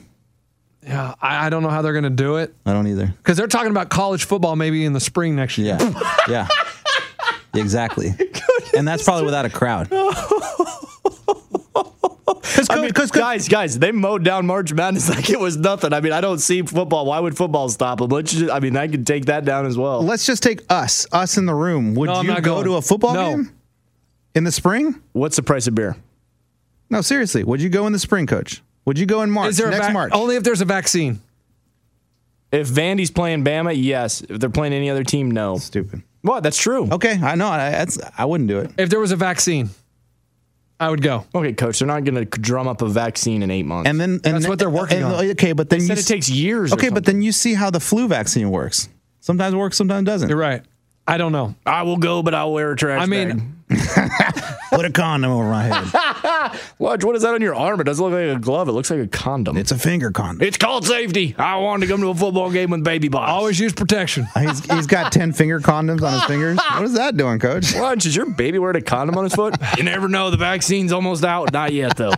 Speaker 2: Yeah, I, I don't know how they're gonna do it
Speaker 3: I don't either. <laughs>
Speaker 2: because they're talking about college football maybe in the spring next year.
Speaker 3: Yeah. yeah.
Speaker 2: <laughs>
Speaker 4: Exactly. and that's probably without a crowd.
Speaker 1: I mean, guys, guys, they mowed down March Madness <laughs> like it was nothing. I mean, I don't see football. Why would football stop them? Let's just, I mean, I could take that down as well.
Speaker 3: Let's just take us, us in the room. Would
Speaker 2: No, I'm
Speaker 3: you
Speaker 2: not
Speaker 3: go
Speaker 2: going.
Speaker 3: to a football
Speaker 2: No.
Speaker 3: game in the spring?
Speaker 1: What's the price of beer?
Speaker 3: No, seriously. Would you go in the spring, coach? Would you go in March?
Speaker 2: Is there a Oh,
Speaker 3: next
Speaker 2: vac-
Speaker 3: March?
Speaker 2: Only if there's a vaccine.
Speaker 1: If Vandy's playing Bama, yes. If they're playing any other team, no.
Speaker 3: Stupid.
Speaker 1: What? That's true.
Speaker 3: Okay, I know. I, that's I wouldn't do it.
Speaker 2: If there was a vaccine, I would go.
Speaker 1: Okay, coach, they're not going to drum up a vaccine in eight months.
Speaker 3: And then and
Speaker 2: That's what they're working
Speaker 3: and-
Speaker 2: on.
Speaker 3: Okay, but then
Speaker 1: They
Speaker 3: you
Speaker 1: said it
Speaker 3: s-
Speaker 1: takes years. or
Speaker 3: Okay, but
Speaker 1: something.
Speaker 3: then you see how the flu vaccine works. Sometimes works, sometimes doesn't.
Speaker 2: You're right. I don't know.
Speaker 1: I will go, but I'll wear a trash
Speaker 2: I mean,
Speaker 1: bag.
Speaker 3: Put a condom over my head.
Speaker 1: Lodge, what is that on your arm? It doesn't look like a glove. It looks like a condom. It's,
Speaker 3: it's a finger condom.
Speaker 1: called safety. I wanted to come to a football game with baby box.
Speaker 2: Always use
Speaker 3: <laughs>
Speaker 2: protection.
Speaker 3: He's, he's got 10 finger condoms on his fingers. What is that doing, coach?
Speaker 1: Lodge, is your baby wearing a condom on his foot? <laughs> you never know. The vaccine's almost out. Not yet, though.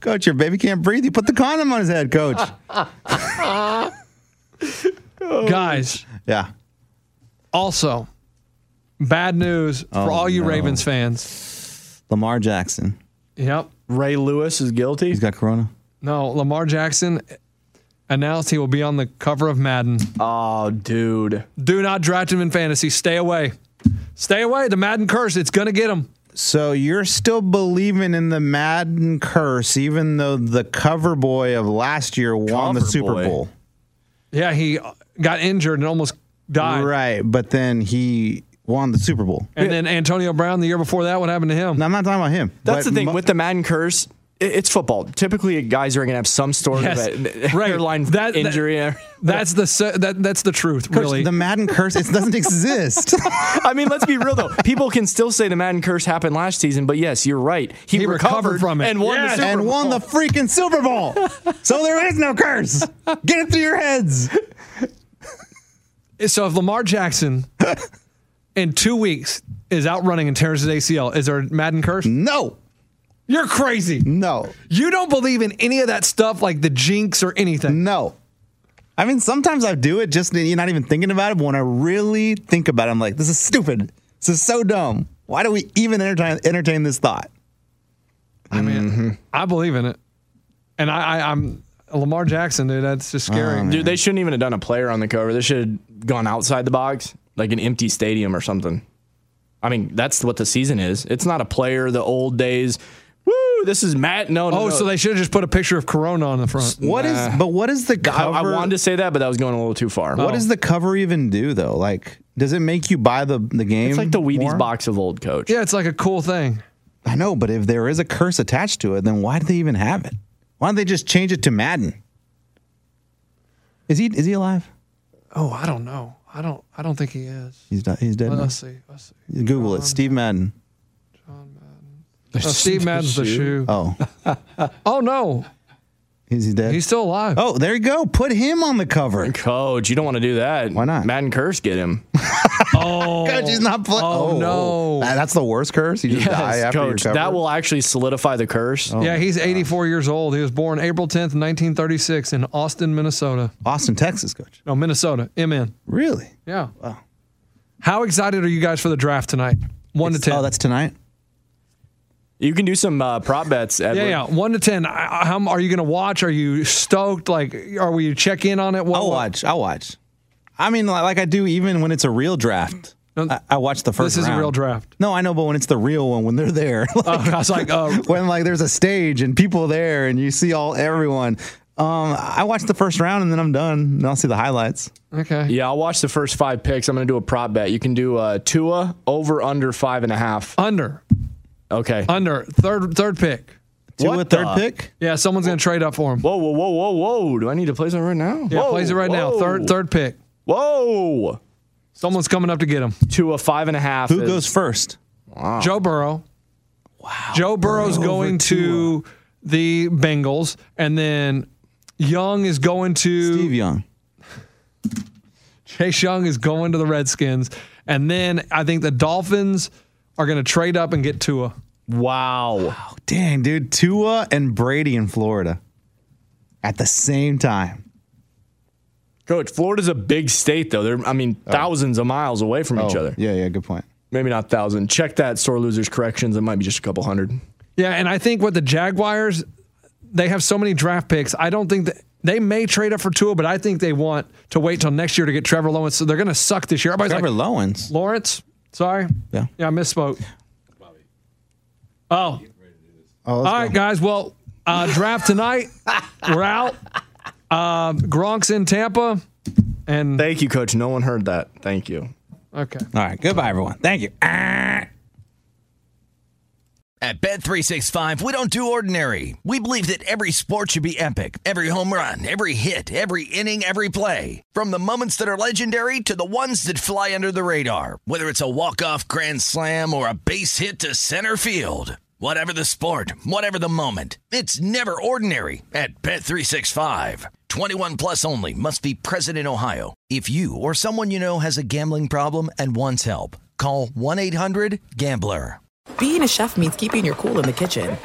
Speaker 3: Coach, your baby can't breathe. You put the condom on his head, coach.
Speaker 1: Ah.
Speaker 3: Oh,
Speaker 2: Guys,
Speaker 3: Yeah.
Speaker 2: also, bad news for
Speaker 3: Oh,
Speaker 2: all you Ravens fans.
Speaker 3: Lamar Jackson.
Speaker 2: Yep.
Speaker 1: Ray Lewis is guilty.
Speaker 3: He's got corona.
Speaker 2: No, Lamar Jackson announced he will be on the cover of Madden.
Speaker 1: Oh, dude.
Speaker 2: Do not draft him in fantasy. Stay away. Stay away. The Madden curse. It's going to get him.
Speaker 3: So you're still believing in the Madden curse, even though the cover boy of last year won the
Speaker 1: Cover
Speaker 3: Super
Speaker 1: boy.
Speaker 3: Bowl.
Speaker 2: Yeah, he got injured and almost died.
Speaker 3: Right. But then he won the Super Bowl.
Speaker 2: And then Antonio Brown the year before that, what happened to him?
Speaker 3: No, I'm not talking about him.
Speaker 1: That's
Speaker 3: but
Speaker 1: the thing
Speaker 3: mo-
Speaker 1: with the Madden curse. i- It's football. Typically, guys are going to have some sort
Speaker 2: Yes.
Speaker 1: <laughs> of a,
Speaker 2: Right.
Speaker 1: hairline
Speaker 2: That- that-
Speaker 1: injury. <laughs>
Speaker 2: That's the se- that that's the truth, really.
Speaker 3: The Madden curse, it
Speaker 1: <laughs>
Speaker 3: doesn't exist.
Speaker 1: I mean, let's be real though. People can still say the Madden curse happened last season, but yes, you're right. He,
Speaker 2: He recovered from it.
Speaker 1: and won
Speaker 2: Yes.
Speaker 1: the Super
Speaker 3: and
Speaker 1: Bowl.
Speaker 3: won the freaking Super Bowl. so there is no curse. Get it through your heads.
Speaker 2: so if Lamar Jackson in 2 weeks is out running and tears his ACL, is there a Madden curse?
Speaker 3: No,
Speaker 2: You're crazy.
Speaker 3: no,
Speaker 2: You don't believe in any of that stuff like the jinx or anything.
Speaker 3: no. I mean, sometimes I do it just that you're not even thinking about it. But when I really think about it, I'm like, this is stupid. This is so dumb. Why do we even entertain, entertain this thought?
Speaker 2: I mean, I believe in it. And I, I I'm Lamar Jackson, dude, that's just scary.
Speaker 1: Dude, they shouldn't even have done a player on the cover. They should have gone outside the box, like an empty stadium or something. I mean, that's what the season is. It's not a player. The old days. Woo! This is Matt. No, no.
Speaker 2: oh,
Speaker 1: no.
Speaker 2: so they should have just put a picture of Corona on the front.
Speaker 3: What is? But what is the
Speaker 1: I,
Speaker 3: cover?
Speaker 1: I wanted to say that, but that was going a little too far.
Speaker 2: Oh.
Speaker 3: What does the cover even do though? Like, does it make you buy the the game?
Speaker 1: It's like the Wheaties
Speaker 3: more?
Speaker 1: box of old coach.
Speaker 2: Yeah, it's like a cool thing.
Speaker 3: I know, but if there is a curse attached to it, then why do they even have it? Why don't they just change it to Madden? Is he is he alive?
Speaker 2: Oh, I don't know. I don't. I don't think he is.
Speaker 3: He's not, he's dead. now.
Speaker 2: Let's see. Let's see.
Speaker 3: Google it. Steve Madden.
Speaker 2: Oh, Steve Madden's the shoe.
Speaker 3: Oh,
Speaker 2: Oh no,
Speaker 3: is he dead?
Speaker 2: he's still alive.
Speaker 3: oh, there you go. Put him on the cover.
Speaker 1: Coach, you don't want to do that.
Speaker 3: Why not?
Speaker 1: Madden curse get him.
Speaker 3: Coach, he's not playing.
Speaker 2: Oh, no.
Speaker 3: that's the worst curse. <laughs> You just die
Speaker 1: Yes,
Speaker 3: after your
Speaker 1: coach.
Speaker 3: cover. Oh.
Speaker 1: That will actually solidify the curse.
Speaker 2: yeah, he's 84 years old. He was born April 10th, 1936, in Austin, Minnesota.
Speaker 3: Austin, Texas, coach.
Speaker 2: No, Minnesota. MN.
Speaker 3: Really?
Speaker 2: Yeah. Wow. How excited are you guys for the draft tonight? One to ten.
Speaker 3: Oh, that's tonight.
Speaker 1: You can do some uh, prop bets. Edward.
Speaker 2: yeah, yeah. One to ten. I- I- How m- are you going to watch? Are you stoked? Like, are we check in on it? What,
Speaker 3: I'll
Speaker 2: what-
Speaker 3: watch. I'll watch. I mean, li- like I do even when it's a real draft.
Speaker 2: No,
Speaker 3: I, I watch the
Speaker 2: This
Speaker 3: first.
Speaker 2: is a
Speaker 3: round.
Speaker 2: real draft. <laughs>
Speaker 3: No, I know, but when it's the real one, when they're there, <laughs> like,
Speaker 2: Oh, I was like, oh,
Speaker 3: <laughs> when like there's a stage and people there and you see all everyone. Um, I watch the first round and then I'm done and I'll see the highlights.
Speaker 2: <laughs> okay.
Speaker 1: Yeah, I'll watch the first five picks. I'm going to do a prop bet. You can do uh, Tua over under five and a half.
Speaker 2: Under,
Speaker 1: Okay.
Speaker 2: under. Third, third pick.
Speaker 3: Two uh,
Speaker 1: What
Speaker 3: a third
Speaker 1: the-
Speaker 3: pick.
Speaker 2: Yeah, someone's going to trade up for him.
Speaker 1: Oh, Whoa, whoa, whoa, whoa, whoa. Do I need to play something right now?
Speaker 2: Yeah,
Speaker 1: whoa,
Speaker 2: plays it right now.
Speaker 1: whoa.
Speaker 2: Third third pick.
Speaker 1: Whoa.
Speaker 2: Someone's coming up to get him.
Speaker 1: Tua five and a half.
Speaker 3: Who
Speaker 1: is-
Speaker 3: goes first?
Speaker 2: Joe Burrow. Wow. Joe Burrow's going to the Bengals, and then Young is going to
Speaker 3: Steve Young.
Speaker 2: Chase Young is going to the Redskins, and then I think the Dolphins are going to trade up and get Tua.
Speaker 1: Wow.
Speaker 3: Oh, dang, dude. Tua and Brady in Florida at the same time.
Speaker 1: Oh. Coach, Florida's a big state, though. They're, I mean, thousands of miles away from each other.
Speaker 3: Yeah, yeah, good point.
Speaker 1: Maybe not thousand. Check that sore losers corrections. It might be just a couple hundred.
Speaker 2: Yeah, and I think what the Jaguars, they have so many draft picks. I don't think that they may trade up for Tua, but I think they want to wait till next year to get Trevor Lawrence. So they're going to suck this year. Everybody's
Speaker 4: Trevor
Speaker 2: like,
Speaker 4: Lowens.
Speaker 2: Lawrence. Sorry.
Speaker 4: Yeah.
Speaker 2: Yeah, I misspoke. Oh.
Speaker 3: Oh, let's
Speaker 2: All right,
Speaker 3: go.
Speaker 2: guys. Well, uh, draft tonight. We're out. Um, Gronk's in Tampa, and
Speaker 1: Thank you, coach. No one heard that. Thank you.
Speaker 2: okay.
Speaker 4: All right. Goodbye, everyone. Thank you. Ah.
Speaker 5: At Bet365, we don't do ordinary. We believe that every sport should be epic. Every home run, every hit, every inning, every play. From the moments that are legendary to the ones that fly under the radar. Whether it's a walk-off grand slam or a base hit to center field. Whatever the sport, whatever the moment, it's never ordinary at Bet365. 21 plus only must be present in Ohio. If you or someone you know has a gambling problem and wants help, call 1-800-GAMBLER.
Speaker 6: Being a chef means keeping your cool in the kitchen.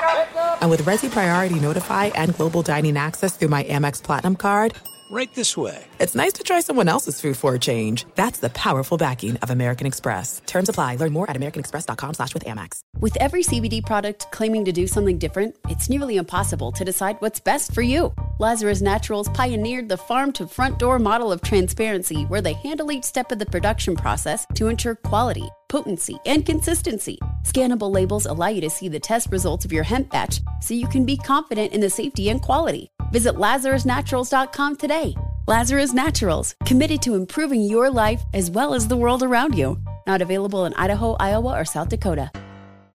Speaker 6: And with Resi Priority Notify and Global Dining Access through my Amex Platinum card,
Speaker 7: Right this way.
Speaker 6: it's nice to try someone else's food for a change. That's the powerful backing of American Express. Terms apply. Learn more at americanexpress.com slash with Amex.
Speaker 8: With every CBD product claiming to do something different, it's nearly impossible to decide what's best for you. Lazarus Naturals pioneered the farm to front door model of transparency where they handle each step of the production process to ensure quality, potency, and consistency. Scannable labels allow you to see the test results of your hemp batch so you can be confident in the safety and quality. Visit lazarusnaturals.com today. Lazarus Naturals, committed to improving your life as well as the world around you. Not available in Idaho, Iowa, or South Dakota.